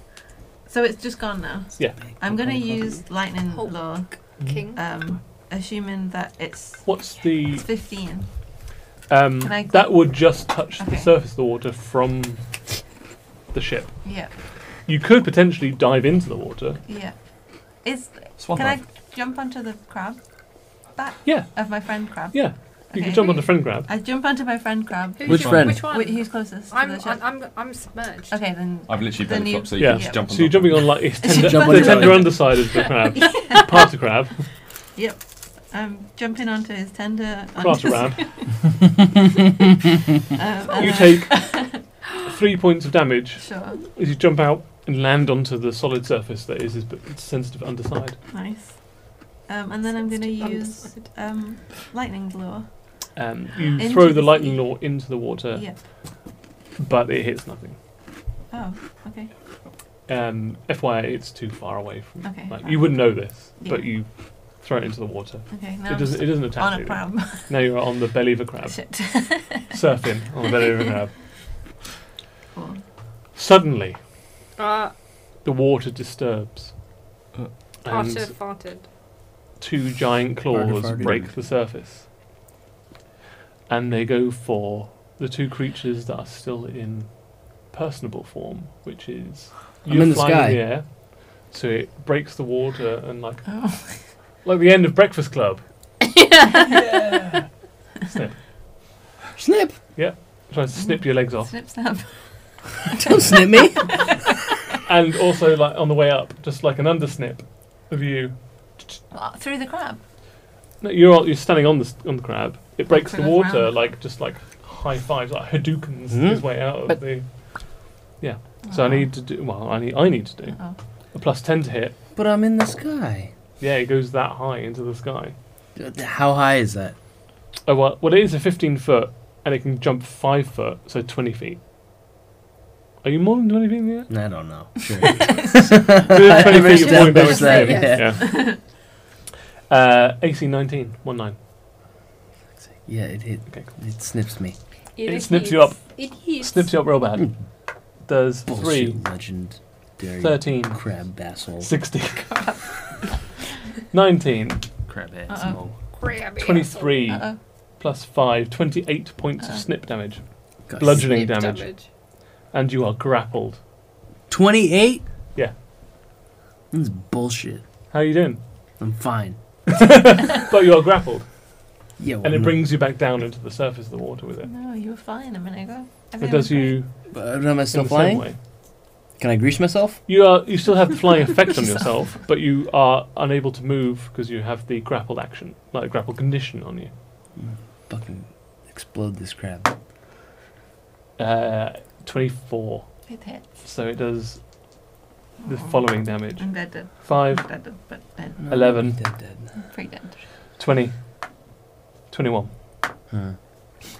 So it's just gone now.
Yeah.
I'm going to use lightning
Hulk.
law,
King.
um, assuming that it's,
What's the
it's 15.
um,
Can I go-
that would just touch
Okay.
the surface of the water from the ship.
Yeah,
You could potentially dive into the water.
yeah. Is
Swan
Can
dive.
I jump onto the crab? Back
Yeah.
of my friend crab.
Yeah. You
Okay.
can jump on the friend grab.
I jump onto my friend crab.
Who's
Which
your-
friend?
Which one?
Wh- who's closest? to
I'm,
the
I'm,
ship?
I'm, I'm submerged.
okay, then.
I've literally
Then
belly
you-
flop, so you
Yeah.
can just jump on.
So you're
top.
jumping on like
(laughs)
it's tender,
jump on
the
your
tender
belly.
underside of the crab, part of crab,
Yep. I'm jumping onto his tender.
class
onto-
crab.
(laughs) Um, and
You
I-
take three points of damage
Sure.
as you jump out and land onto the solid surface that is his b- sensitive underside.
Nice. Um, and then I'm going to use um, lightning glow.
Um, you
Into
throw
the
the lightning
sea.
law into the water,
Yeah.
but it hits nothing.
Oh, okay.
Um, FYI, it's too far away from.
Okay,
Like,
fine.
you wouldn't know this, but
Yeah.
you throw it into the
(laughs)
water.
Okay. Now
it
I'm
doesn't. It doesn't attack
on a
you.
(laughs) crab.
Now you're on the belly of a
(laughs)
crab, (laughs)
Shit.
surfing on the belly of a crab.
Cool.
Suddenly,
Uh,
the water disturbs,
Uh.
and
Arthur farted.
two giant claws
Farty, farty.
break the surface, and they go for the two creatures that are still in personable form, which is
I'm
you
in the
flying
sky.
in the air, so it breaks the water and like
Oh.
like the end of Breakfast Club.
(laughs)
Snip!
Tries to
Mm-hmm.
snip your legs off,
Snip snap.
Don't snip me!
and also like on the way up, just like an undersnip of you.
Ah, Through the crab.
No, you're you're standing on the s- on the crab. It breaks the
Crab
water
round.
like just like high fives, like Hadoukens
Mhm.
his way out of
But-
the. Yeah. So I need to do well. I need I need to do
Oh.
a plus ten to hit.
But I'm in the sky.
Yeah, it goes that high into the sky.
How high is that?
Oh well, well it is a fifteen foot, and it can jump five foot, so twenty feet. Are you more than twenty feet in
(laughs)
the air?
I don't know.
(laughs)
Sure.
There's 20 feet of
Understand,
falling damage.
understand, yeah.
Yeah. Uh, AC 19, 1 9.
Yeah, it hit.
Okay,
It snips me.
It snips you up.
It hits.
Snips you up real bad.
Hmm.
Does
Bullshit
3,
legend. Dairy
13,
crab basalt.
16, 19,
Crab it.
Uh-oh.
small.
Grab it.
23,
Uh-oh.
plus 5, 28 points of
Uh-oh.
snip damage.
Gosh.
Bludgeoning
Snip
damage. And you are grappled.
28?
Yeah.
This is bullshit.
How are you doing? (laughs)
I'm fine.
But you are grappled.
Yeah, well,
And it
I'm-
brings you back down into the surface of the water with it.
No, you were fine a minute ago.
It
Everything
does
was great.
you
But am I
in
still
the same
flying?
way.
Can I grease myself?
You are you still have the flying effect on yourself, but you are unable to move because you have the grappled action, like the grapple condition on you.
Fucking explode this crab.
Uh, Twenty-four,
It hit.
so it does the
Oh.
following damage:
I'm dead, dead.
five,
Not dead, dead, but dead.
No,
Eleven.
Dead, dead.
Pretty dead.
20, 21,
Huh.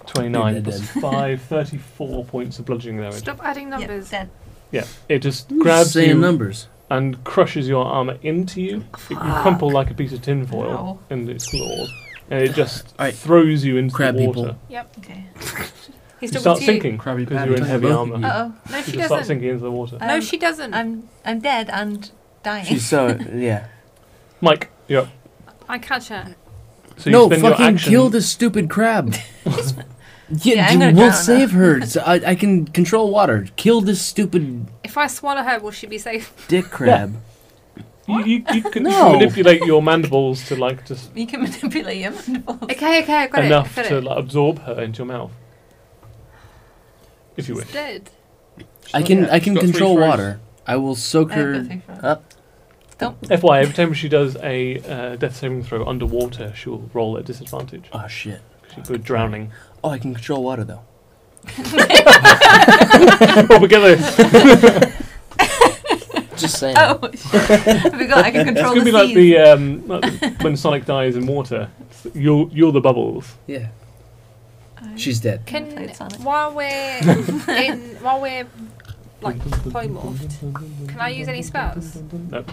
29,
You're dead,
plus 5, 34 (laughs) points of bludgeoning damage.
Stop adding
Yep,
numbers.
dead.
Yeah, it just grabs
Saying
you
numbers.
and crushes your armor into you. It- You crumple like a piece of tinfoil
Ow.
in its claws, and it just
Alright.
throws you into
Crab
the
people.
water.
Okay.
He's
You
talking
start
to
sinking
Crabby
because you're in
patty.
heavy
Both of
armor.
you.
Uh oh.
No,
You
she
just start
doesn't.
sinking into the water.
No,
Um,
she doesn't.
I'm I'm dead and
(laughs)
dying.
She's uh, so yeah.
Mike, you're up.
I catch her.
(laughs) So you
no,
spend your
fucking
action.
kill this stupid
(laughs)
crab. (laughs)
Yeah,
yeah,
I'm gonna
we'll
drown her.
save (laughs) her. So I, I can control water. Kill this stupid
If I swallow her, will she be
(laughs)
safe?
dick crab.
You, you, you can
No.
manipulate your mandibles to like just
(laughs) You can manipulate your mandibles.
Okay, okay, I got
enough
it. I got
to
it.
like, absorb her into your mouth, if you
She's
wish.
dead.
I can
Yeah,
I can
she's got three
control
throws.
water. I will soak
I have
her
got three frogs.
up.
FY, every time she does a uh, death saving throw underwater, she will roll at disadvantage.
Oh shit.
She's good
(laughs)
drowning.
Oh, I can control water though.
oh, we get this.
Just saying.
(laughs) Oh, I forgot I can
It's
control
gonna be
the
like
seas.
the, um,
(laughs)
like the- when Sonic dies in water. It's- You're you're the bubbles.
Yeah.
uh,
I
She's dead.
haven't
Can
played Sonic.
while
(laughs)
we're in while we're like polymorphed, can I use any spells?
No.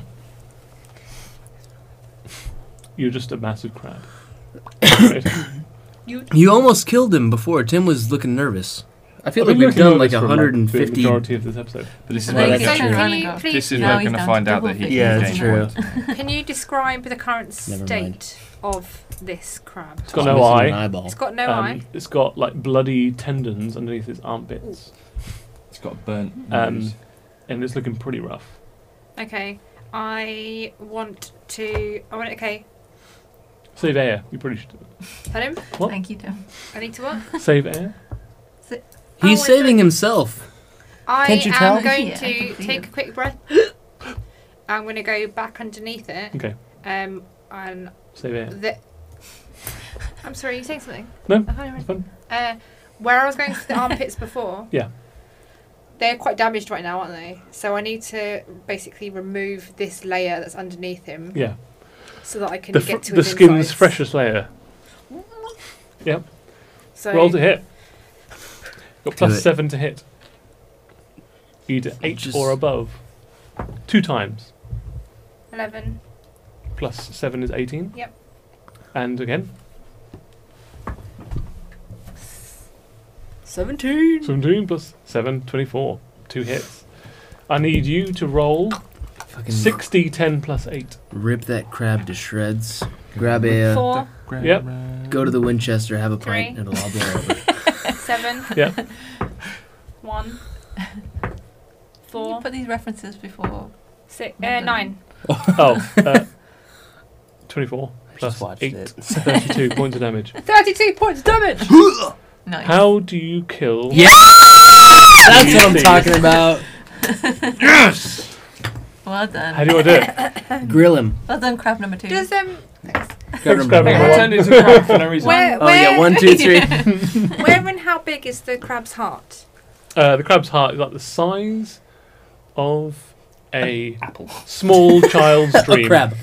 You're just a massive crab.
(coughs)
Right.
You,
You almost killed him before. Tim was looking nervous. I feel
I
like
think
we've
can know
done like
this from, the
150.
majority of this episode.
But this is
No,
where
you
we're
said
gonna-
can
Can
you
you
please
this is
Now
where we're
he's
going to
down
find
to
out that
double
he
figures. Yeah,
gained
that's
more.
can you describe the current
(laughs) Never
state
mind. Oh,
of this crab?
It's got no
Missing an
eye.
eyeball.
It's got no
um,
eye.
It's got like bloody tendons underneath its armpits,
It's got a burnt
Um,
nose.
and it's looking pretty rough.
Okay. I want to. I want. Okay.
Save air. You probably should. do
Pardon?
What?
Thank you, Tim.
I need to what?
it. Save air.
He's
Oh, I
saving
see.
himself. (gasps)
I
Can't you
am
tell?
going
Yeah, I can
to
feel
take
it.
a
(gasps)
quick breath. I'm going to go back underneath it.
Okay.
Um. And
Save air.
the. I'm sorry. You saying something?
No,
I can't
It's fun.
remember. Uh, where I was going for
(laughs)
the armpits before.
Yeah.
They're quite damaged right now, aren't they? So I need to basically remove this layer that's underneath him
Yeah.
so that I can
The, fr-
get to
the
his
skin's
insides.
freshest layer. Yep.
So
Roll to hit. Got
Do it.
plus seven to hit. Either eight
Just-
or above. Two times.
11.
Plus seven is eighteen.
Yep.
And again,
17.
seventeen plus seven, twenty-four. Two hits. I need you to roll
Fucking
60, 10 plus
(laughs)
eight.
rip that crab to shreds. Grab a uh,
(laughs)
Four,
Yep.
go to the Winchester, have a pint,
Three.
and it'll all blow
(laughs)
over.
seven,
Yeah.
(laughs) one,
(laughs) You
four,
put these references before.
six, uh, nine.
Oh, uh, twenty-four
just
plus
watched
eight, (laughs)
it.
thirty-two points
(laughs)
of damage.
32 points damage!
(laughs) Nice.
How do you kill?
Yeah. That's what I'm talking about.
Well done.
How do you want to do it?
Grill him.
well done, crab number two.
Does, um,
Grab
Thanks,
him.
grab him.
I turned into a crab for no reason.
where,
Oh
where,
yeah, one,
(laughs)
two, three.
where and how big is the crab's heart?
Uh, the crab's heart is like the size of a apple.
(laughs)
small child's dream.
A crab.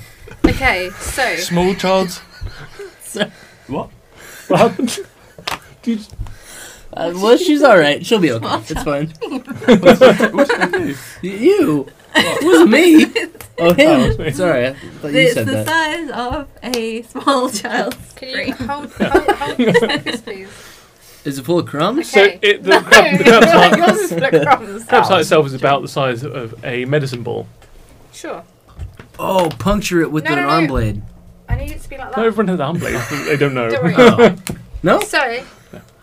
Okay, so.
Small (laughs) child's.
(laughs) What happened? Do you just-
Uh, well, she's all right. She'll be okay. It's fine. Y- you. It wasn't
(laughs)
me. Oh
Oh,
him.
it's me.
It's all right. I thought you
it's
said
the
that.
size of a (laughs) small child's
Can
(laughs)
you
brain.
(laughs)
hold, hold, hold this, please?
Is it full of crumbs?
So
Okay.
it, the, crab, the crab's heart,
(laughs) Yours is split crumbs.
crab's heart itself is about the size of a medicine ball.
Sure.
Oh, puncture it with
No,
an
no,
arm
no.
(laughs)
blade.
I need it to be like
Not
that.
everyone has arm blades.
(laughs)
but They don't know.
Don't
(laughs)
worry.
Oh. No,
So,
I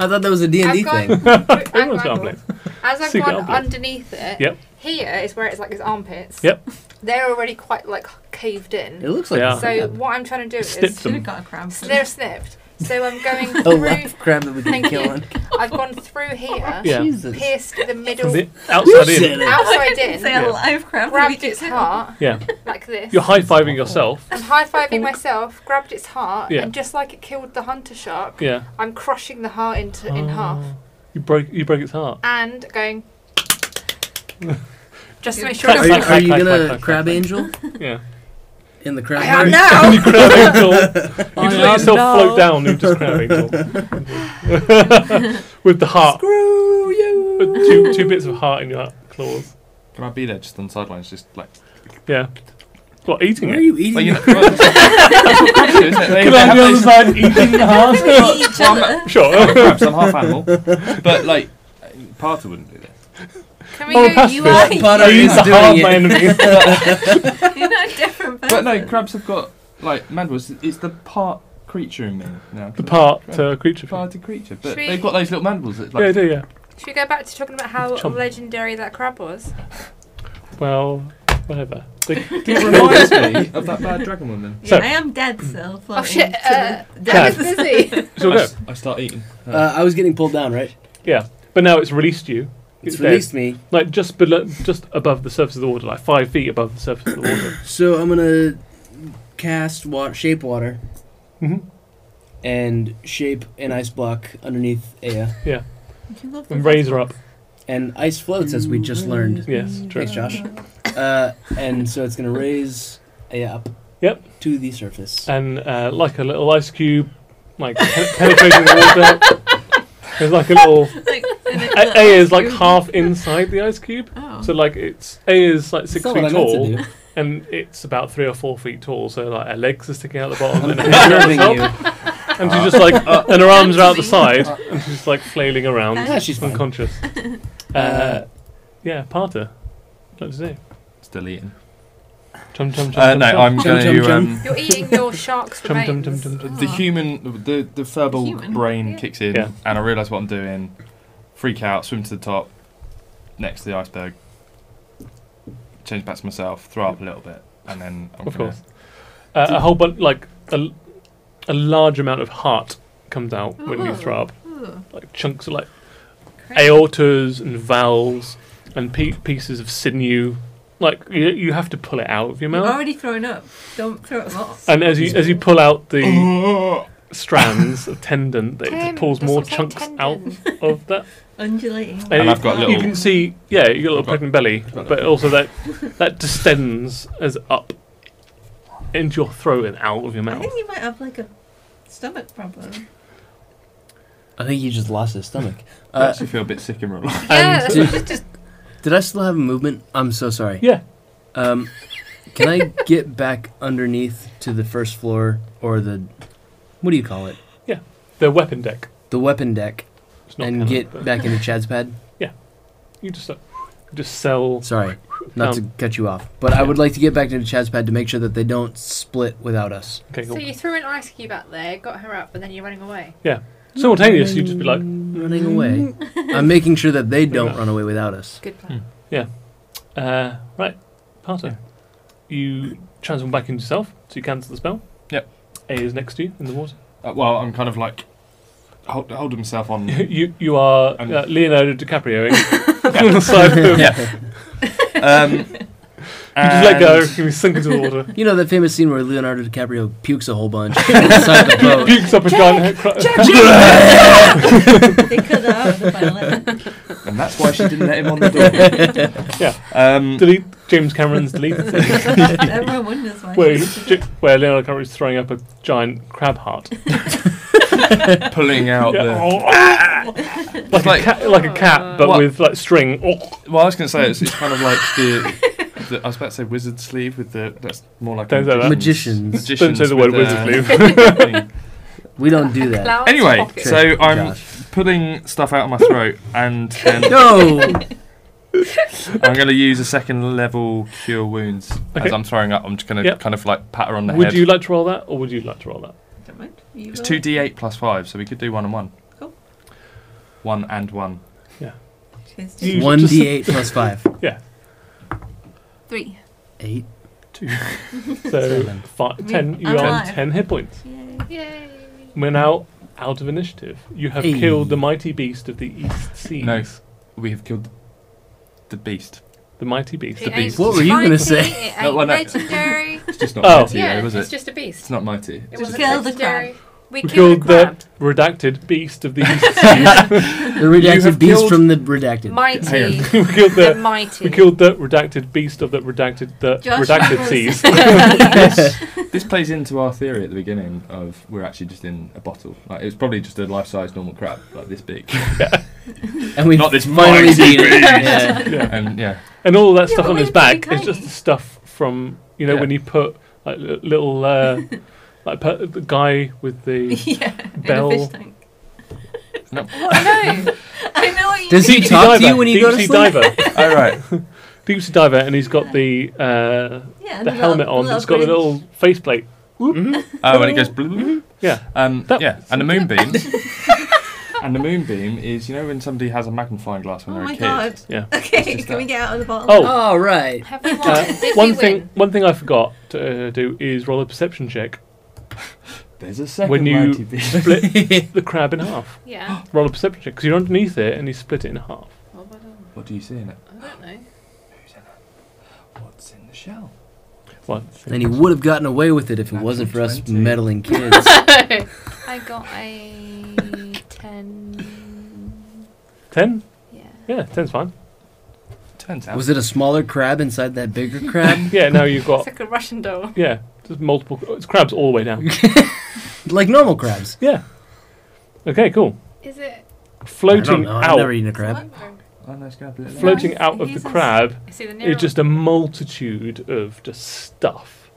thought that was a D and D
I've gone.
thing.
(laughs) I've
Everyone's got
gone-
arm blades.
As I've
Secret
gone
armpit.
underneath it,
Yep.
here is where it's like his armpits.
Yep.
(laughs) They're already quite like caved
It
in.
looks like
Yeah.
a
So
crab.
what I'm trying to do
Snip
is
them.
Should have got a crab. for
they're
this.
snipped. So I'm going
a
through.
lap crab that we didn't
Thank
kill
you.
on.
I've gone through here,
(laughs) Yeah.
Jesus.
pierced the middle,
From
(laughs)
the
Who
outside in.
said it?
(laughs)
outside
Didn't say
in,
Yeah.
a live crab.
grabbed
we
its
did.
heart
Yeah.
like this.
You're high
(laughs)
fiving yourself.
I'm high fiving myself, grabbed its heart,
Oh. Yeah.
and just like it killed the hunter shark,
Yeah.
I'm crushing the heart into in half
Ah. You broke. You broke its heart.
and
(laughs)
going. Just to make sure
Are
Are
it's
you,
Clack,
like.
are you
clack, clack,
gonna
clack,
crab
clack.
angel
Yeah.
in the
I
crab?
am
bird?
now!
(laughs)
(laughs)
crab angel.
Oh,
You just
am
let yourself float down. You just crab
(laughs)
(laughs)
angel. With the heart.
Screw you.
With two two bits of heart in your claws.
Can I be there just on the sidelines, just like?
Yeah. What eating
Why are
it?
you eating?
Well,
(laughs)
you know,
it?
well, that's what crabs do, isn't it? They-
Can
they
I
have
be on the
those-
side eating the (laughs)
(laughs)
heart?
Eat (laughs) each other.
sure.
Perhaps I'm half animal,
(laughs)
but like, uh, Parter wouldn't do that.
Can we
Oh,
go?
that's
You
fair.
are.
(laughs)
But
I
are you
used to
doing
harm
it?
my enemy.
(laughs) You're not
(laughs)
a different person.
But no,
(laughs)
crabs have got like mandibbles. It's the part creature in me now.
the part uh, creature. thing.
Parted creature, but
Should we-
they've got those little mandibles. That,
yeah, I
like,
do, yeah.
Should we go back to talking about how
Chomp.
legendary that crab was?
Well, whatever. They-
it reminds me of that bad dragon woman.
So-
I am dead still.
Oh shit! Uh,
Crab.
that was
(laughs)
busy.
it's all
I,
good.
s- I start eating. her.
(laughs) Uh, I was getting pulled down, right?
Yeah, but now it's released you.
It's
dead.
released me.
Like just below, just above the surface of the water, like five feet above the surface of
(coughs)
the water.
So I'm gonna cast wa- shape water
hmm
and shape an ice block underneath Aya,
And raise her up.
and ice floats as we just learned.
Yes, true.
Thanks, Josh. Uh, and so it's gonna raise Aya up.
Yep.
To the surface.
And uh, like a little ice cube, like (laughs) pe- penetrating the water. There's like a little.
Like, in a-
A, a is like half inside the ice cube,
Oh.
so like it's A is like six
That's not
feet
what I meant
(laughs) tall,
to do.
and it's about three or four feet tall, so like her legs are sticking out the bottom, and, her hair
(laughs)
is
Observing
up,
you.
and she's just like, uh, and her arms are out the
Fantasy.
side,
(laughs)
and she's like flailing around.
Yeah, she's fine.
unconscious. uh, yeah, parter. What to do?
Still eating.
Chum chum chum.
Uh,
chum,
no,
chum.
I'm going
Chum,
to.
chum,
Um,
(laughs) You're eating your shark's
Chum,
remains.
chum, chum, chum, chum.
the human, the the furball
Human,
brain
yeah.
kicks in,
Yeah.
and I realise what I'm doing. Freak out, swim to the top, next to the iceberg. Change back to myself, throw up a little bit, and then I'm
Of
gonna-
course. Uh, a whole bunch, like a, a large amount of heart comes out when
Oh.
you
Ooh.
throw up,
Ooh,
like chunks of like
crazy.
aortas and valves and pe- pieces of sinew. Like you, you have to pull it out of your
You've
Oh.
mouth.
already thrown up. Don't throw up lots.
And as you as you pull out the
(gasps)
strands of tendon, that it
Ten-
just pulls
that's
more
what I'm
chunks
saying,
out
(laughs) tendon.
of that
Undulating.
And,
(laughs) And
you-
I've got
You
little-
can see, yeah, you got a little
I've got-
pregnant belly, but also that that distends as up into your throat and out of your
I
mouth.
think you might have like a stomach problem.
I think you just lost his (laughs) stomach.
I
Uh,
actually feel a bit sick in real life.
Yeah, that's
And-
what-
(laughs)
just, just
did I still have a movement? I'm so sorry.
Yeah,
Um, can I get back underneath to the first floor or the, what do you call it?
the weapon deck.
The weapon deck
It's not
and
canon,
get
but
back into Chad's
(laughs)
pad?
You just uh, you just sell.
Sorry, not to
Um,
cut you off, but I would like to get back into Chad's pad to make sure that they don't split without us.
Okay,
so
cool.
you threw an ice cube out there, got her up, and then you're running away.
Simultaneous, you just be
Mm.
like,
running
(laughs)
away. I'm
(laughs)
making sure that they don't
enough.
run away without
(laughs)
us.
Good
Hmm.
plan.
uh, right, Parter, you transform back into yourself, so you cancel the spell.
Yep.
A is next to you in the water.
(laughs) Uh, well, I'm kind of like hold, hold himself
(laughs)
on.
you you are
Mm. And-
uh, Leonardo (laughs) DiCaprio. so
yeah.
(laughs)
Um, you
you just let go, you sink into the water.
(laughs) You know that famous scene where Leonardo DiCaprio pukes a whole
(laughs)
bunch inside the boat.
Pukes up a giant. cro-
they cut that out of the pilot.
And that's why she didn't let him on the door.
(laughs) Yeah. (laughs)
Um,
delete James Cameron's
(laughs)
deleted (laughs) scene.
(laughs) Everyone wonders why.
where,
he
he's ju- where Leonardo DiCaprio's throwing up a giant crab heart,
pulling out
Yeah.
(laughs) the.
Oh, ah! like,
like-
a cat, like a cat, but
What?
with like string. Oh,
Well, I was going to say it's, it's kind of like the, the. I was about to say wizard sleeve with the. That's more like a
Don't say that.
Magicians.
don't say the word
with uh,
wizard
the-
leave.
thing.
We don't do that.
Cloud's
Anyway,
pocket.
so I'm
Josh.
pulling stuff out of my throat, and
(laughs)
then (laughs)
No.
I'm going to use a second level cure wounds
Okay.
as I'm throwing up. I'm just going to
Yep.
kind of like pat her (laughs) on the
would
head.
you like to roll that, or would you like to roll that?
Don't mind. You
it's
roll.
two d8 plus five, so we could do one and one.
Cool.
One and one.
Choose two. (laughs)
You
One
just-
d eight plus five.
Three.
(laughs)
Eight.
So
Seven.
fi-
Mm,
ten, you
I'm
are
alive.
ten hit points.
Yay.
Yay.
We're now out of initiative. You have
Hey.
killed the mighty beast of the East Seas.
No. We have killed the beast.
The mighty beast.
The
It
beast.
ain't
What were you gonna
Mighty,
say?
It ain't
No, well,
(laughs)
no.
legendary.
It's just not
Oh.
mighty,
yeah,
though, was
it's
it?
just a
It's
beast.
not mighty.
It wasn't
kill the
legendary.
We
We
killed
killed
the
the (laughs)
crab.
redacted beast of
(laughs)
the East Seas.
The redacted
have
beast
killed-
from the redacted.
Mighty.
we killed
The
the.
mighty.
We killed the redacted beast of the redacted the
Josh
redacted
was-
seas.
this, this plays into our theory at the beginning of we're actually just in a bottle. Like it's probably just a life-size normal crab, like this big.
And we
Not this
finally
mighty
beat it.
beast.
Yeah.
Yeah. (laughs)
and yeah,
And all that
Yeah,
stuff
but
on
why
his
did they
back
cut
is just
it?
the stuff from you know
Yeah.
when you put like li- little
(laughs)
uh, like per- the guy with the
(laughs) yeah.
Bell.
In a fish tank.
(laughs)
No.
I know what you
Does he
mean.
Deep sea
talk to
diver,
you when you
deep
go to
sea
sleep?
diver,
All right.
deep sea diver, and he's got the uh,
Yeah, and
the
a
helmet
little-
on. It's got a
bridge.
little faceplate. Mm-hmm.
Oh, and it goes. bloop.
Yeah,
Um,
That-
yeah, and
(laughs)
the moonbeam. and the moonbeam is you know when somebody has a magnifying glass when
Oh
they're a
my
kid.
god.
yeah.
(laughs) Okay,
just
can we
that.
get out of the bottle?
Oh,
All right.
Have we
oh,
(laughs)
(laughs)
won?
uh,
Did we
one thing
win?
one thing I forgot to uh, do is roll a perception check.
There's a second
When you
mighty
(laughs)
beast.
split the crab in half,
Yeah.
roll a perception check because you're underneath it and you split it in half.
(gasps) Well, well done.
What do you see in it?
I don't know.
Who's in it? What's in the shell?
Well,
And he would have gotten away with it if it wasn't for us (laughs)
20.
meddling kids.
I got a ten.
ten?
Yeah.
Yeah, ten's fine.
Turns out.
Was it a smaller crab inside that bigger (laughs) crab?
Yeah, now you've
(laughs)
It's
got
like a Russian doll.
yeah, there's multiple. It's crabs all the way down.
like normal crabs.
Yeah. Okay, cool.
Is it?
I don't
Floating
know. I've
out
never eaten a crab.
Wonder.
Oh, no, it's going to be a little
Floating
Nice.
out of the
He's a-
crab
Is he the
It's
nearest?
just a multitude of just stuff.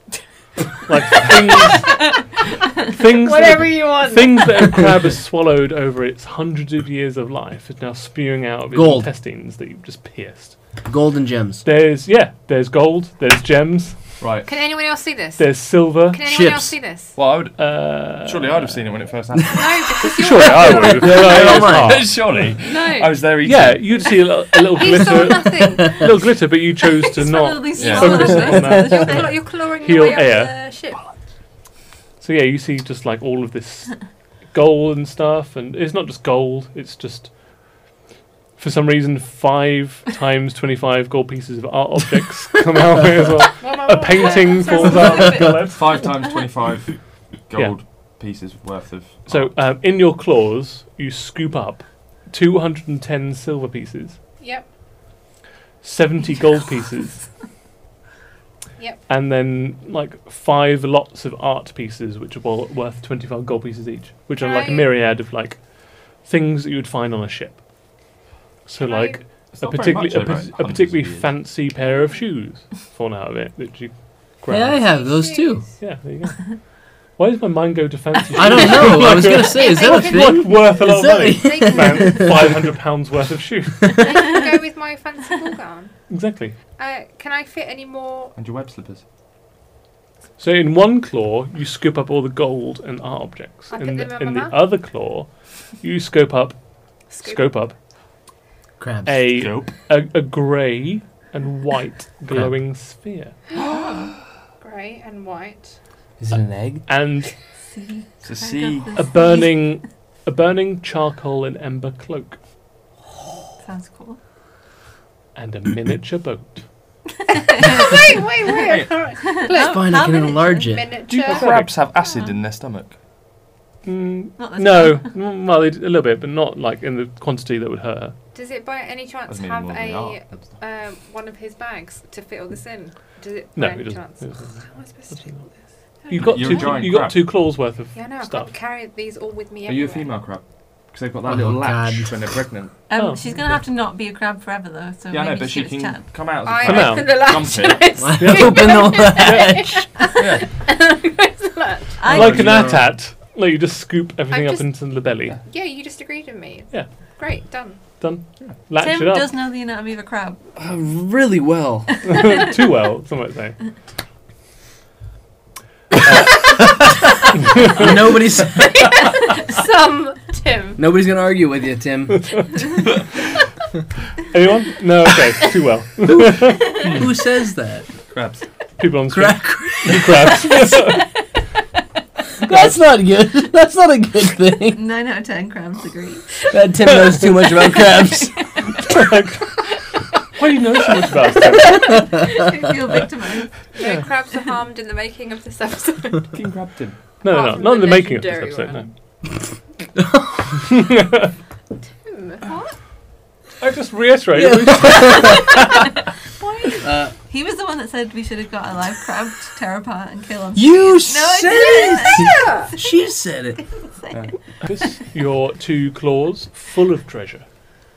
(laughs) like things, things,
Whatever
that
you
a,
want.
things that a crab has swallowed over its hundreds of years of life is now spewing out of its
Gold.
intestines that you've just pierced.
Golden gems.
There's yeah, there's gold, there's gems,
Right.
Can anyone else see this?
there's silver.
Can anyone
Chips.
else see this?
Well, I would.
Uh,
Surely I'd have seen it when it
(laughs)
first happened.
No, because you're
Surely I
(laughs)
would. have. Yeah,
(laughs)
it's
mine.
hard.
surely.
no.
I was there eating.
Oh yeah, you'd see a little, a little
he saw
glitter,
nothing.
little glitter, but you
(laughs)
chose to
It's
not.
probably
Yeah.
smaller
focus
(laughs) than
on
this.
You're, cla-
(laughs)
you're clawing
Heel
your way
air.
up the ship.
So yeah, you see just like all of this gold and stuff, and it's not just gold. It's just for some reason five times twenty-five gold pieces of art objects come out as
(laughs)
well. A painting falls out.
Five times
(laughs)
25 gold pieces worth of.
So um, in your claws, you scoop up two hundred and ten silver pieces,
Yep.
seventy gold
(laughs)
pieces.
Yep.
And then like five lots of art pieces, which are wo- worth twenty-five gold pieces each, which are like a
Right.
myriad of like things that you would find on a ship. So
Right.
like
It's
a
not very
particularly
much
a,
over
par- a
hundreds of
particularly
years.
fancy pair of shoes fallen out of it that you
Hey, I
grab.
have those too.
Yeah, there you go. Why does my mind go to fancy?
(laughs) I don't
shoes?
know. I
Like
was
a- (laughs)
gonna say, is that a
it's like
thing?
worth a
Is
lot of (laughs) money.
that
They can,
(laughs)
Five hundred pounds worth of shoes.
I can go with my fancy ball gown.
Exactly.
Uh, can I fit any more?
And your web slippers.
So in one claw you scoop up all the gold and art objects.
I
In
put
the,
them in
in
my
the
mouth?
other claw, you scope up scope up
Crabs.
a a,
Dope.
a grey and white glowing sphere.
Grey and white.
Is it an (laughs) egg?
And
So see.
a burning a burning charcoal and ember cloak.
Sounds cool.
(laughs) and a miniature boat.
wait, wait, wait. (laughs)
It's fine. I
how (laughs)
can
many-
enlarge it.
Do you
Miniature.
crabs have acid in their stomach?
Mm,
Not this
no, (laughs) mm, well, they d- a little bit, but not like in the quantity that would hurt her.
Does it by any chance
Doesn't mean
have
more than they
a
are.
um, one of his bags to fit all this in? Does it?
No,
by
it
any
doesn't.
Chance?
It doesn't.
How am I supposed to do all this?
You got
(laughs)
You're a
two. Um,
giant
You got
crab.
two claws worth of
Yeah, no, I've got
stuff.
to carry these all with me.
Are you a
everywhere.
female crab? Because they've got that
Oh,
little latch
God.
when they're pregnant.
Um,
Oh,
she's gonna
okay.
have to not be a crab forever though. So
yeah, I
maybe
know, but she
give us
can
a chat.
come out as
I
a crab.
out.
open (laughs) the latch.
Jump
and
it.
it's-
Why
(laughs)
open (laughs) the latch?
Yeah.
I-
like
Oh,
an
yeah.
atat, like you just scoop everything
I've
up into the belly.
Yeah, you just agreed with me.
Yeah.
Great, done. (laughs)
Done. Latch
Tim
it up.
does know the anatomy of a crab.
(laughs)
Uh, really (laughs) well.
Too well, some might say.
Nobody's
Some Tim.
nobody's gonna argue with you, Tim.
Anyone? No. Okay. Too well.
Who says that?
Crabs.
People on screen.
Crab.
Crabs.
That's not good. That's not a good thing.
Nine out of ten crabs agree. (laughs)
That Tim knows too much about crabs.
(laughs) Why do you know so much about it?
I feel victimized.
No crabs are harmed in the making of this episode.
(laughs)
Fucking grabbed him.
No, no,
Apart
no.
from
Not in
the
the making of this
legendary
episode. No.
one.
I just reiterate.
Yeah. (laughs)
what we-
Uh,
He was the one that said we should have got a live crab to tear apart and kill him.
you
I
said it. She said it.
This, your two claws full of treasure.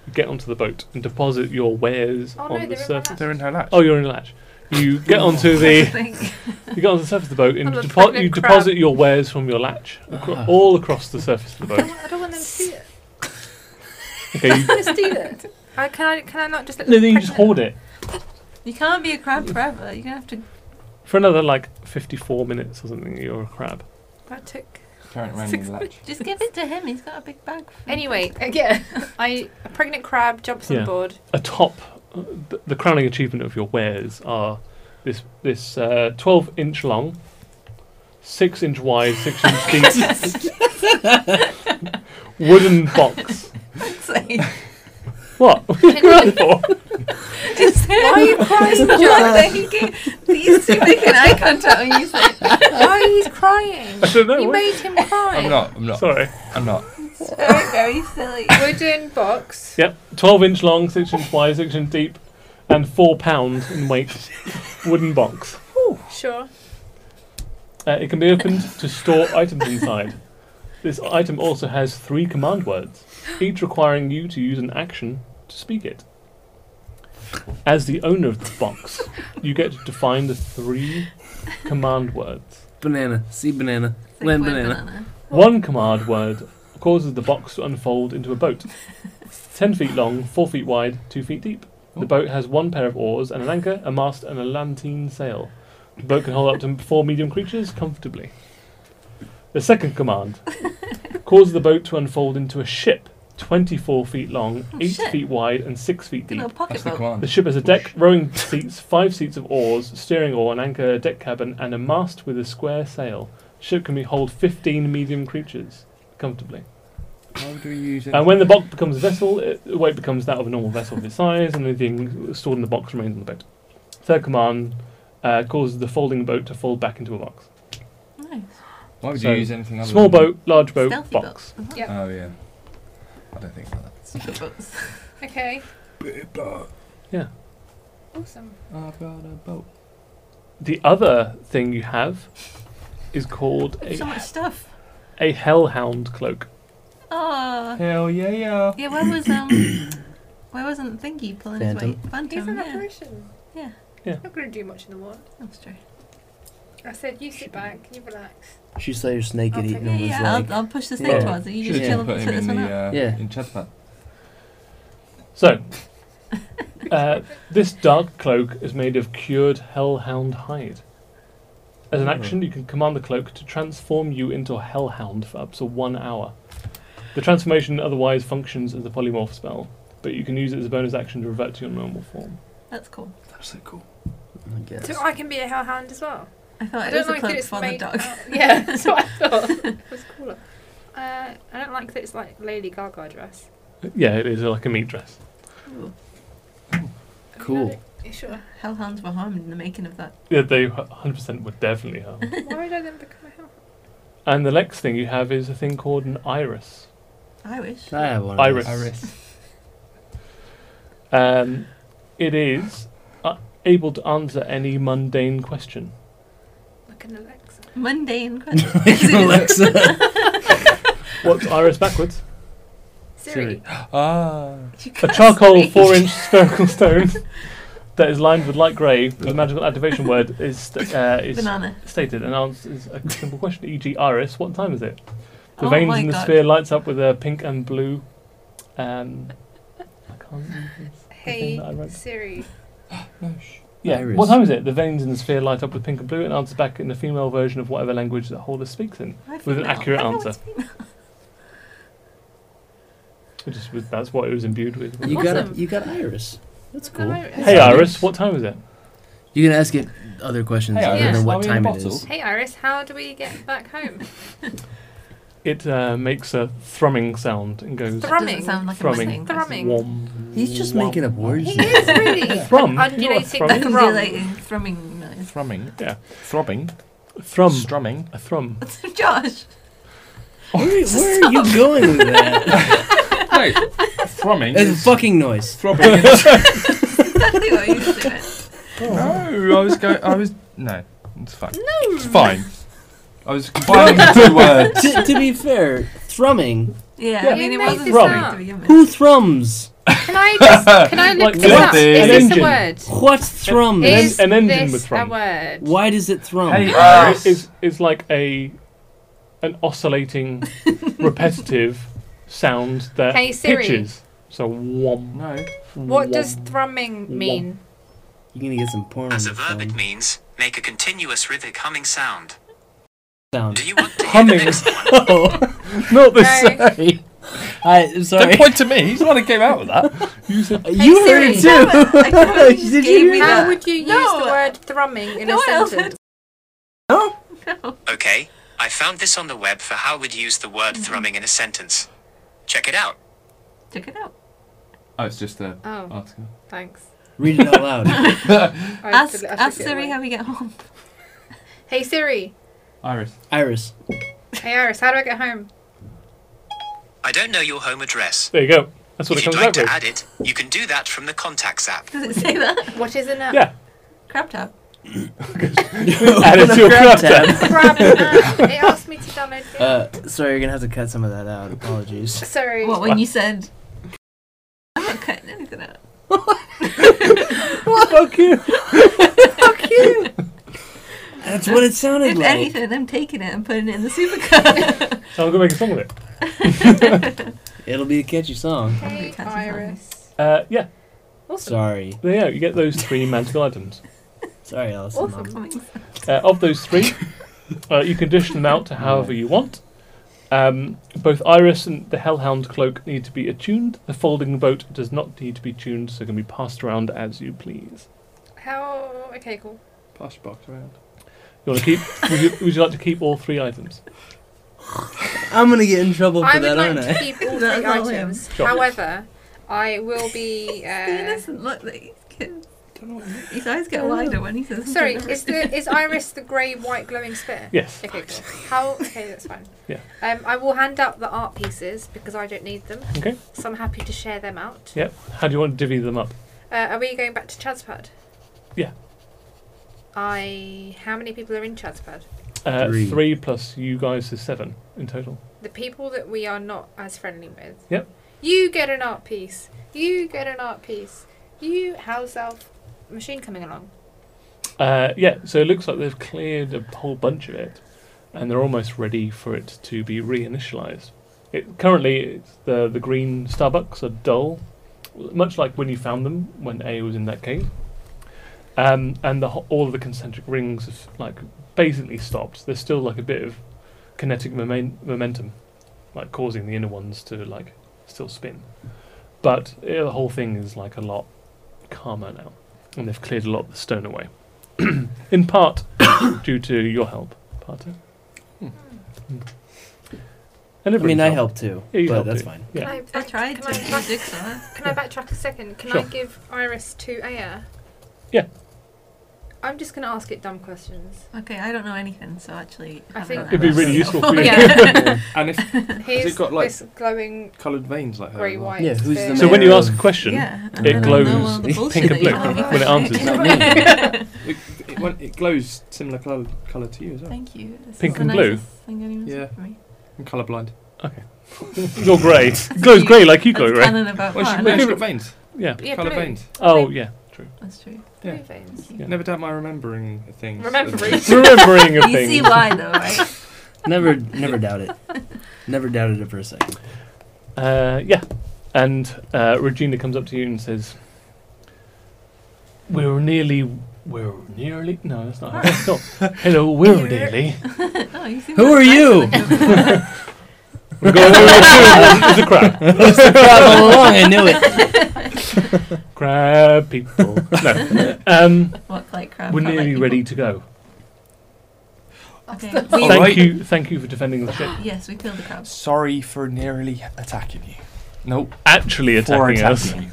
You get onto the boat and deposit your wares
Oh, no,
on
they're
the
in my
surface.
latch.
They're in her latch.
Oh, you're in a latch. You get onto
I
the
think.
you get on the surface of the boat and
I'm a
depo-
pregnant
you
crab.
deposit your wares from your latch acro- all across the surface of the boat.
I don't want them to see it.
Okay, you,
Just do that. I, can I? Can I not just?
(laughs)
Let
no,
them
then (laughs) you just hoard it
(laughs) You can't be a crab forever. You're gonna have to.
for another like 54 minutes or something. You're a crab.
I took.
Carrying around in the latch.
Just give it to him. He's got a big bag. for-
(laughs)
(laughs)
Anyway, again, (laughs) I a pregnant crab jumps
Yeah.
on board.
Atop uh, the, the crowning achievement of your wares are this this uh, 12 inch long, six inch wide, six inch deep wooden box.
Say,
What? (laughs) What are you crying for?
just Why are you
(laughs)
crying? The look that he gave. These two making eye contact when you said.
Why he's crying?
I don't know.
You
what-
made him cry.
I'm not. I'm not.
Sorry.
I'm not.
It's very very silly.
Wooden box.
Yep, 12 inch long, 6 inch wide, 6 inch deep, and 4 pound in weight wooden box.
Sure.
Uh, it can be opened to store items inside. This item also has three command words, each requiring you to use an action to speak it. As the owner of the box, you get to define the three command words.
Banana. See banana.
It's
Land
word
banana.
One command word causes the box to unfold into a boat. 10 feet long, 4 feet wide, 2 feet deep. The boat has one pair of oars and an anchor, a mast, and a lantine sail. The boat can hold up to four medium creatures comfortably. The second
(laughs)
command causes the boat to unfold into a ship, 24 feet long,
Oh,
8
shit.
feet wide, and 6 feet
Good
deep.
little pocket
That's the
boat.
command.
The ship has a deck, rowing seats, five seats of oars, steering oar, an anchor, a deck cabin, and a mast with a square sail. Ship can be hold 15 medium creatures comfortably.
How do we use it?
And when the box becomes a vessel, it, the weight becomes that of a normal vessel of its size, and anything stored in the box remains in the boat. Third command uh, causes the folding boat to fold back into a box.
Nice.
Why would
So,
you use anything other
Small
than-
boat, large boat,
Stealthy Uh-huh.
box.
boat.
Yeah.
Oh yeah. I don't think about that.
Secret boats.
Okay.
Yeah.
Awesome.
I've got a boat.
The other thing you have is called a,
So much stuff.
a hellhound cloak.
Oh.
Hell yeah yeah.
Yeah, where was um where wasn't Thingy pulling
Phantom.
his weight?
He's
Phantom.
an
Yeah.
apparition.
Yeah.
Yeah.
Not going to do much in the water.
That's true.
I said, you sit back, you relax.
She saw your snake and
I'll
eating
take
Yeah,
him was
yeah,
like.
I'll, I'll push the snake
Yeah.
towards it. You just
Yeah.
chill
put
set
him
this
in
one
the
up.
uh,
Yeah.
in Chadpat.
So, uh, this dark cloak is made of cured hellhound hide. As an action, you can command the cloak to transform you into a hellhound for up to one hour. The transformation otherwise functions as a polymorph spell, but you can use it as a bonus action to revert to your normal form.
That's cool.
That's so cool.
I guess.
So I can be a hellhound as well.
I thought
I
it was
don't
a
like
cloak
that it's
for the
made.
dog.
out-
(laughs)
yeah, that's what I thought. It was cooler. Uh, I don't like that it's like Lady Gaga dress.
Yeah, it is like a meat dress.
Ooh,
Have you
Cool.
had it? Sure.
Hellhounds were harmed in the making of that.
Yeah, they 100% would definitely help.
Why would I then become a hellhound?
and the next thing you have is a thing called an iris.
I wish.
I have one.
Iris.
Iris.
Um, it is uh, able to answer any mundane question.
Like an Alexa.
Mundane question.
Alexa.
What's iris backwards?
Siri.
Ah.
(laughs) You
A
can't
charcoal
speak.
four inch spherical
(laughs)
stone that is lined with light grey with a magical activation word is, st- uh, is
Banana.
stated and answers a simple question, e.g., iris, what time is it? The
Oh
veins
my
in the
God.
sphere lights up with a pink and blue. Um, I can't remember this- the thing
Hey,
that I wrote.
Siri.
Yeah,
Iris.
what time is it? The veins in the sphere light up with pink and blue and answers back in the female version of whatever language that holder speaks in,
I
with an
female.
accurate
I know
answer.
it's female.
Which is, with- that's what it was imbued with.
you got
Awesome.
you got Iris. That's
Hello,
cool.
Iris.
Hey Iris, what time is it?
You can ask it other questions
Hey,
other
Iris,
than
are
what
we in a
time it
bottle? (laughs)
is.
Hey Iris, how do we get back home?
It uh, makes a thrumming sound and goes.
Thrum-
Doesn't sound like a
Thrumming.
mundane
Thrumming.
question.
Wom,
He's just
wom.
making up words.
He
now.
(laughs)
is really
Thrum.
undulating
You're a thrum.
Undulating thrumming noise.
Thrumming.
Yeah.
Throbbing.
Thrum.
Strumming.
a thrum.
(laughs) Josh.
Where, where are you going with that?
(laughs)
Wait.
Thrumming.
it's a
is-
fucking noise.
Throbbing.
Exactly what you was doing.
No, I was going. I was no. It's fine.
No.
It's fine. I was (laughs) combining the two
(laughs)
words.
to, to be fair, thrumming.
Yeah, I
Yeah.
mean,
You
it
made
wasn't
this
straight
up.
to begin with.
Who thrums?
Can I
(laughs)
just can I
Like
look this up?
what?
Is
An
this
engine.
a word?
What thrums?
en-
Is
an engine
this
with thrum.
a word?
Why does it thrum?
Hey,
It is is like a an
(laughs)
oscillating, repetitive sound that
Hey, Siri.
pitches. So wom.
No.
What
wom. (laughs)
does thrumming mean?
You're gonna get some porn.
As
on
a
your
verb, it
phone.
means make a continuous rhythmic humming sound.
Sound. (laughs)
Do you want to hear the
Humming.
next one?
Not this.
No.
Oh, I, am sorry.
Don't point to me. He's the one who came out with that.
you heard
Siri.
it
No,
too.
(laughs) I totally just
Did you
gave
hear
me
that?
How
that.
would you use
No.
the word thrumming in
No
a
one else
sentence?
Okay, I found this on the web for how would use the word
Mm-hmm.
thrumming in a sentence. Check it out.
Check it out.
Oh, it's just a
Oh,
article.
thanks.
Read it out loud.
(laughs)
I
Ask,
did- I
ask
took it
Siri
away.
how we get home. (laughs)
Hey Siri.
Iris.
Iris.
Hey Iris, how do I get home?
I don't know your home address.
There you go. That's what it
If you'd
comes
like
out
to
with.
add it, you can do that from the contacts app.
Does it say that?
What is an app?
Yeah.
Crab tab.
Add it to your
Grab
crab
tab.
tab.
(laughs) Grab
(laughs)
an app. It asked me to download the app.
Uh, sorry, you're gonna have to cut some of that out. Apologies.
Sorry.
What, when you said. I'm not cutting anything out.
Fuck you.
Fuck you.
That's what it sounded
If
like.
anything, I'm taking it and putting it in the (laughs) supercar.
So I'm gonna make a song with it.
It'll be a catchy song.
Hey,
Catchy
Iris.
Uh, yeah,
Sorry.
there you go. You get those three (laughs) magical items.
Sorry, Alison.
awesome.
Mum.
Uh, of those three, uh, you can dish them out to however you want. Um, both Iris and the Hellhound cloak need to be attuned. The folding boat does not need to be tuned, so it can be passed around as you please.
How? Okay, cool.
Pass your box around.
You want to keep? would, you, would you like to keep all three items?
I'm gonna get in trouble for
I would
that,
like
aren't
to
I? (laughs)
keep all
That's
three
all him.
items.
Sure.
However, I will
(laughs)
be.
He
Uh,
doesn't look like he's kids. His eyes get
I don't
wider when he says.
sorry, is the is Iris the grey, white, glowing sphere?
Yes.
Okay, cool. How? Okay, that's fine.
Yeah.
Um, I will hand out the art pieces because I don't need them,
Okay.
so I'm happy to share them out.
Yep. How do you want to divvy them up?
Uh, are we going back to Chadspad?
Yeah.
I. How many people are in Chadspad?
Uh,
Three.
three plus you guys is seven in total.
The people that we are not as friendly with.
Yep.
You get an art piece. You get an art piece. You house elf machine coming along.
Uh, yeah, so it looks like they've cleared a whole bunch of it, and they're almost ready for it to be reinitialized. It, currently, it's the the green Starbucks are dull, much like when you found them when A was in that cave, um, and the, ho- all of the concentric rings have like basically stopped. There's still like a bit of kinetic momen- momentum, like causing the inner ones to like still spin, but eh, the whole thing is like a lot calmer now, and they've cleared a lot of the stone away (clears throat) in part due to your help, Parter. And
I mean,
everyone's
I
help.
helped too,
Yeah, you
but
helped
that's
too.
(laughs) fine.
Yeah.
I,
I tried
Can
to
I,
do
back,
jigsaw.
can I backtrack a second? Can I
Sure.
give Iris to Aya?
Yeah.
I'm just going to ask it dumb questions.
Okay, I don't know anything, so actually,
I
have
think-
that
It'd
be
myself. (laughs)
really useful for you.
Yeah.
And if
Here's
got, like,
this glowing
coloured veins like her.
grey
as well.
white.
Yeah, who's the
(laughs)
sphere.
So when you
Mayor
ask a
of-
question,
yeah, and
it
then I'll know
glows
all the
pink
and
bullshit that you
blue
have.
when it
(laughs)
(laughs)
answers,
It, it, won't- it glows similar colour, colour to you as well.
Thank you. This
Pink
is
and
the
blue?
nicest Thing anyone's
Yeah.
yeah. for me.
I'm colourblind.
you're grey. It
(laughs)
glows grey like you glow,
That's
right?
canon about
Well, she,
Parna.
no, she's got veins.
Yeah.
Yeah,
coloured
blue.
veins.
Oh, yeah. True.
That's true.
Yeah.
Blue
(laughs)
veins.
Yeah.
Never doubt my remembering things.
Remembering.
Remembering a
(laughs) You see
thing.
why though, right? (laughs)
Never, never doubt it. Never doubted it for a second.
Uh, yeah. And uh, Regina comes up to you and says, "We're nearly. We're nearly. No, that's not. That's
(laughs)
not. Hello, we're nearly.
No, Oh, you seem
Who
quite
are
nice
you?
to them.
We're going to it's a crab.
(laughs) All along, I knew (laughs) it.
Crab people.
(laughs)
No. Um, (laughs)
What like crap?
we're
not like
nearly
people.
ready to go.
Okay. we-
thank
Alright.
you, thank you for defending the ship.
Yes, we killed the crabs.
Sorry for nearly attacking you. Nope.
Actually
for
attacking us
attacking you.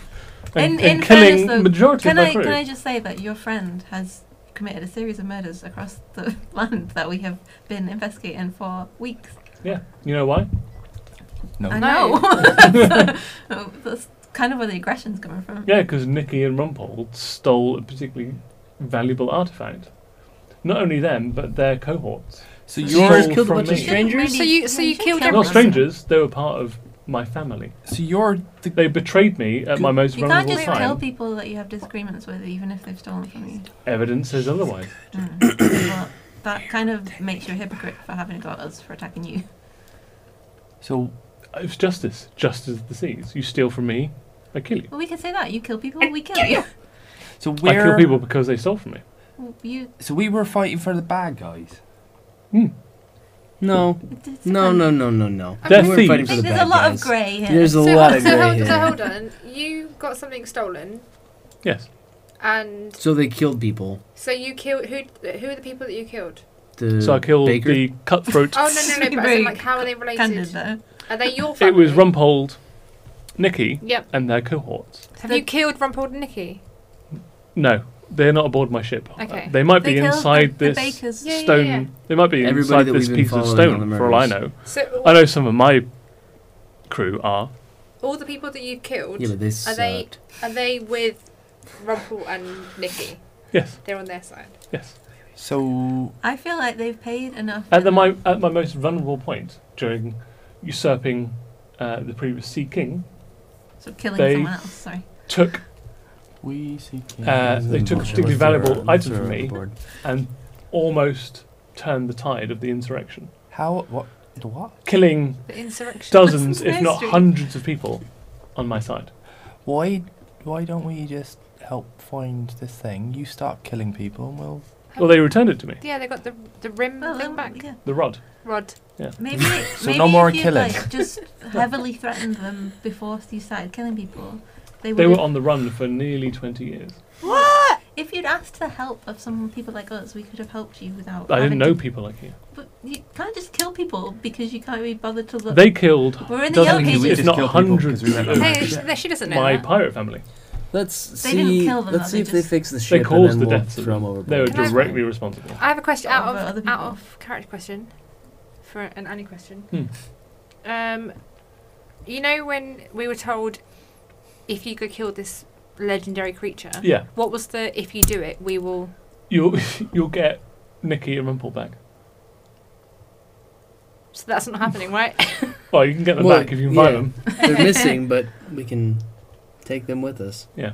and,
In- in
and killing
fairness, though,
majority
Can
of
I
my crew.
can I just say that your friend has committed a series of murders across the (laughs) land that we have been investigating for weeks.
yeah, you know why?
No.
I
No.
know.
(laughs)
So, that's kind of where the aggression's coming from.
Yeah, because Nikki and Rumpold stole a particularly valuable artifact. Not only them, but their cohorts.
So
She
you're
just
so
killed a bunch of
You
strangers.
shouldn't
Strangers?
really-
So you- so you
should kill
killed
Not
everyone.
them.
strangers; they were part of my family.
you're the
They betrayed me at my most
You can't
vulnerable
just tell
time.
people that you have disagreements with, even if they've stolen from you.
Evidence says otherwise.
Mm. well, that kind of makes you a hypocrite for having got us for attacking you.
so
It was justice, justice of the seas. You steal from me, I kill you.
Well, we can say that. You kill people, we kill
(laughs)
you.
so
I kill
we're
people because they stole from me.
You.
so we were fighting for the bad guys.
No,
it's
no,
kind
no, no, no, no.
They're
We're
thieves.
fighting
of-
for the
There's
bad
a lot
guys.
of grey here.
There's a
so,
lot of
so,
grey
hold, so
here.
hold on. You got something stolen,
Yes,
and
So they killed people.
so you killed. Who Who are the people that you killed?
The
so I killed
baker.
the
(laughs)
cutthroat.
Oh no no no! But I
Very
said, like, how are they
Candid
related?
though.
Are they your
it
family?
was Rumpold, Nikki,
Yep.
and their cohorts.
Have you killed Rumpold and Nikki?
No, they're not aboard my ship.
Okay.
They might
They
be
killed
inside
the,
this
The bakers.
Yeah, yeah,
stone.
yeah.
They might be
Everybody that
inside
we've
this
been
piece of
following on
stone,
the
for all I
murders.
know.
So
I know some of my crew are.
all the people that you killed
Yeah, but they sucked.
they- are they with Rumpold and Nikki?
Yes,
They're on their side.
yes.
So
I feel like they've paid enough.
At the my at my most vulnerable point during usurping uh, the previous Sea King,
So killing
they-
someone else. Sorry.
took
We seek.
Uh, they took a particularly valuable item from me and almost turned the tide of the insurrection,
How? What? What?
killing
The insurrection.
dozens, if not
Mystery.
hundreds, of people on my side.
Why? Why don't we just help find this thing? You start killing people, and we'll.
Well, they returned it to me.
(laughs) Yeah, they got the the rim
Well, then,
thing back.
Oh, yeah.
The rod. (clears throat)
Rod.
(laughs)
Maybe,
So
maybe
no more
if you
killing.
like just heavily threatened them before you started killing people. They,
They
would've-
were on the run for nearly 20 years.
What? If you'd asked the help of some people like us, we could have helped you without.
I
having
didn't know
To,
people like you.
but you can't just kill people because you can't be bothered to look.
They killed
We're in the
dozens,
yellow pages.
if not hundreds,
we went
of
over.
Hey, sh- no, she doesn't know.
my
that.
pirate family.
Let's
They
see.
didn't kill them,
let's
though,
see
they
if they
just-
fix the
They
ship and
caused
then
the
we'll
deaths. of
throw them
them.
overboard.
They were
Can I-
directly responsible.
I have a question out
Over Oh, other
of
people.
out of character question for an Annie question.
Hmm.
Um, you know when we were told if you go kill this legendary creature,
Yeah,
what was the if you do it we will?
you'll (laughs) you'll get Nikki and Rumpel back.
So that's not happening, right?
Well, you can get them
Well,
back if you can buy
yeah.
them.
(laughs) They're
(laughs)
missing, but we can take them with us.
Yeah.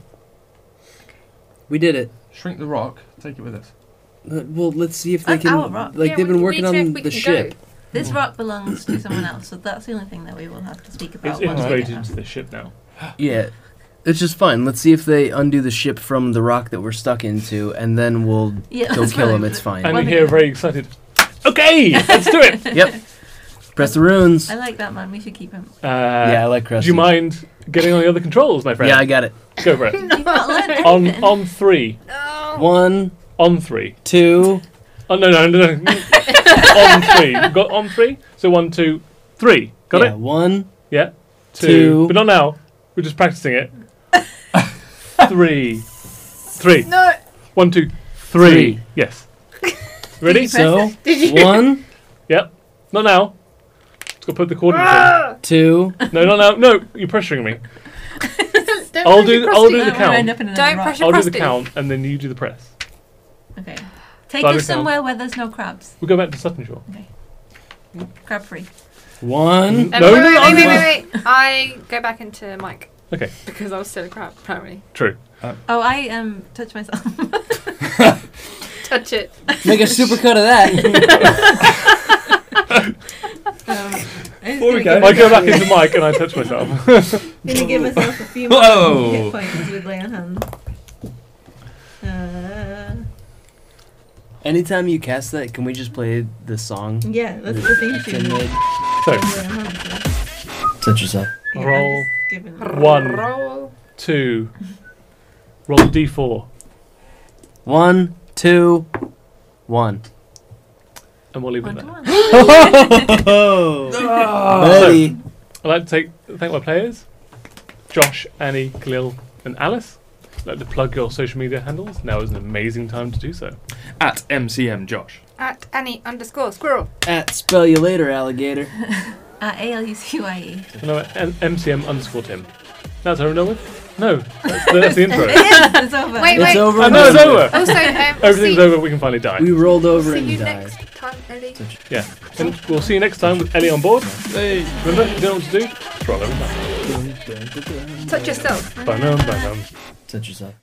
We did it.
Shrink the rock. Take it with us.
Uh, Well, let's see if they
That's
can.
our rock.
Like
(laughs) Yeah,
they've
we-
been
we
working
need to
on
if we
the
can
ship.
go.
this rock belongs to someone else, so that's the only thing that we will have to speak
It's
Oh,
about. once we
integrated
get
into
out.
the ship now.
Yeah. It's just fine. Let's see if they undo the ship from the rock that we're stuck into, and then we'll
Yeah,
go
(laughs) that's
kill
really
them. It's
good.
fine.
And
One
you hear
minute.
very excited.
(laughs)
Okay, let's do it. Uh,
yep. Press the runes.
I like that man. We should keep him.
yeah, I
Uh,
like
do
Crusty.
you mind getting on the other controls, my friend?
Yeah, I got it.
Go for it.
You've not learned
(laughs)
on
anything.
on three.
Oh.
One,
On three.
two.
Oh no no no!
(laughs)
no. on three. We've got on three. So one two three. Got
yeah,
it.
One,
Yeah. Two.
Two.
But not now. We're just practicing it. three. Three.
No.
One two three.
Three.
Yes.
(laughs)
Ready?
so one,
Yep. Not now. Let's go put the
Ah!
coordinates
two.
in. No no no no! You're pressuring me. I'll do I'll do
Don't
the
worry, end
count.
up in another
Don't
rock.
pressure
I'll do the
Krusty.
count and then you do the press.
Okay. Take
I'll do
us
the count.
somewhere where there's no crabs.
We'll go back to Sutton Shore.
Crab free.
One.
Um,
No,
wait,
no,
wait,
I'm-
wait, wait, wait. I go back into Mike
Okay.
because I was still a crab. Apparently,
True.
Oh, I (laughs) um touch myself.
touch it.
Make a supercut of that. (laughs)
Um, I'm
Before we
just gonna
I
Okay.
go back into Mike and I touch myself.
Gonna give myself a few more
Whoa.
hit points with lay on hands. Uh,
Anytime you cast that, can we just play the song?
yeah, that's the theme
It's in
tune.
mid.
So
Lay on hands,
Touch yourself.
yeah.
Roll.
Yeah, I'm just giving-
one
Roll.
two. Roll d4.
One, two,
(laughs)
one.
And we'll leave it
One
there.
to one.
Oh, buddy.
I'd like to take, thank my players, Josh, Annie, Khalil, and Alice. I'd like to plug your social media handles. Now is an amazing time to do so.
At MCM Josh.
At Annie underscore squirrel.
At spell you later, alligator.
Uh, A L U C Y E.
And I'm at M- MCM underscore Tim. That's over and done with? No, that's, that's the intro.
It's over.
Wait,
It's
wait.
over.
I
and
know it's over.
Also,
(laughs)
um,
Everything's
see,
over, we can finally die.
We rolled over
see
and
you
died.
next time, Ellie.
Yeah. And we'll see you next time with Ellie on board. Remember, you know what to do? Just Roll every time.
Touch yourself.
Ba-dum, ba-dum.
Touch yourself.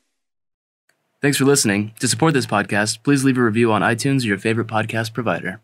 Thanks for listening. To support this podcast, please leave a review on iTunes or your favorite podcast provider.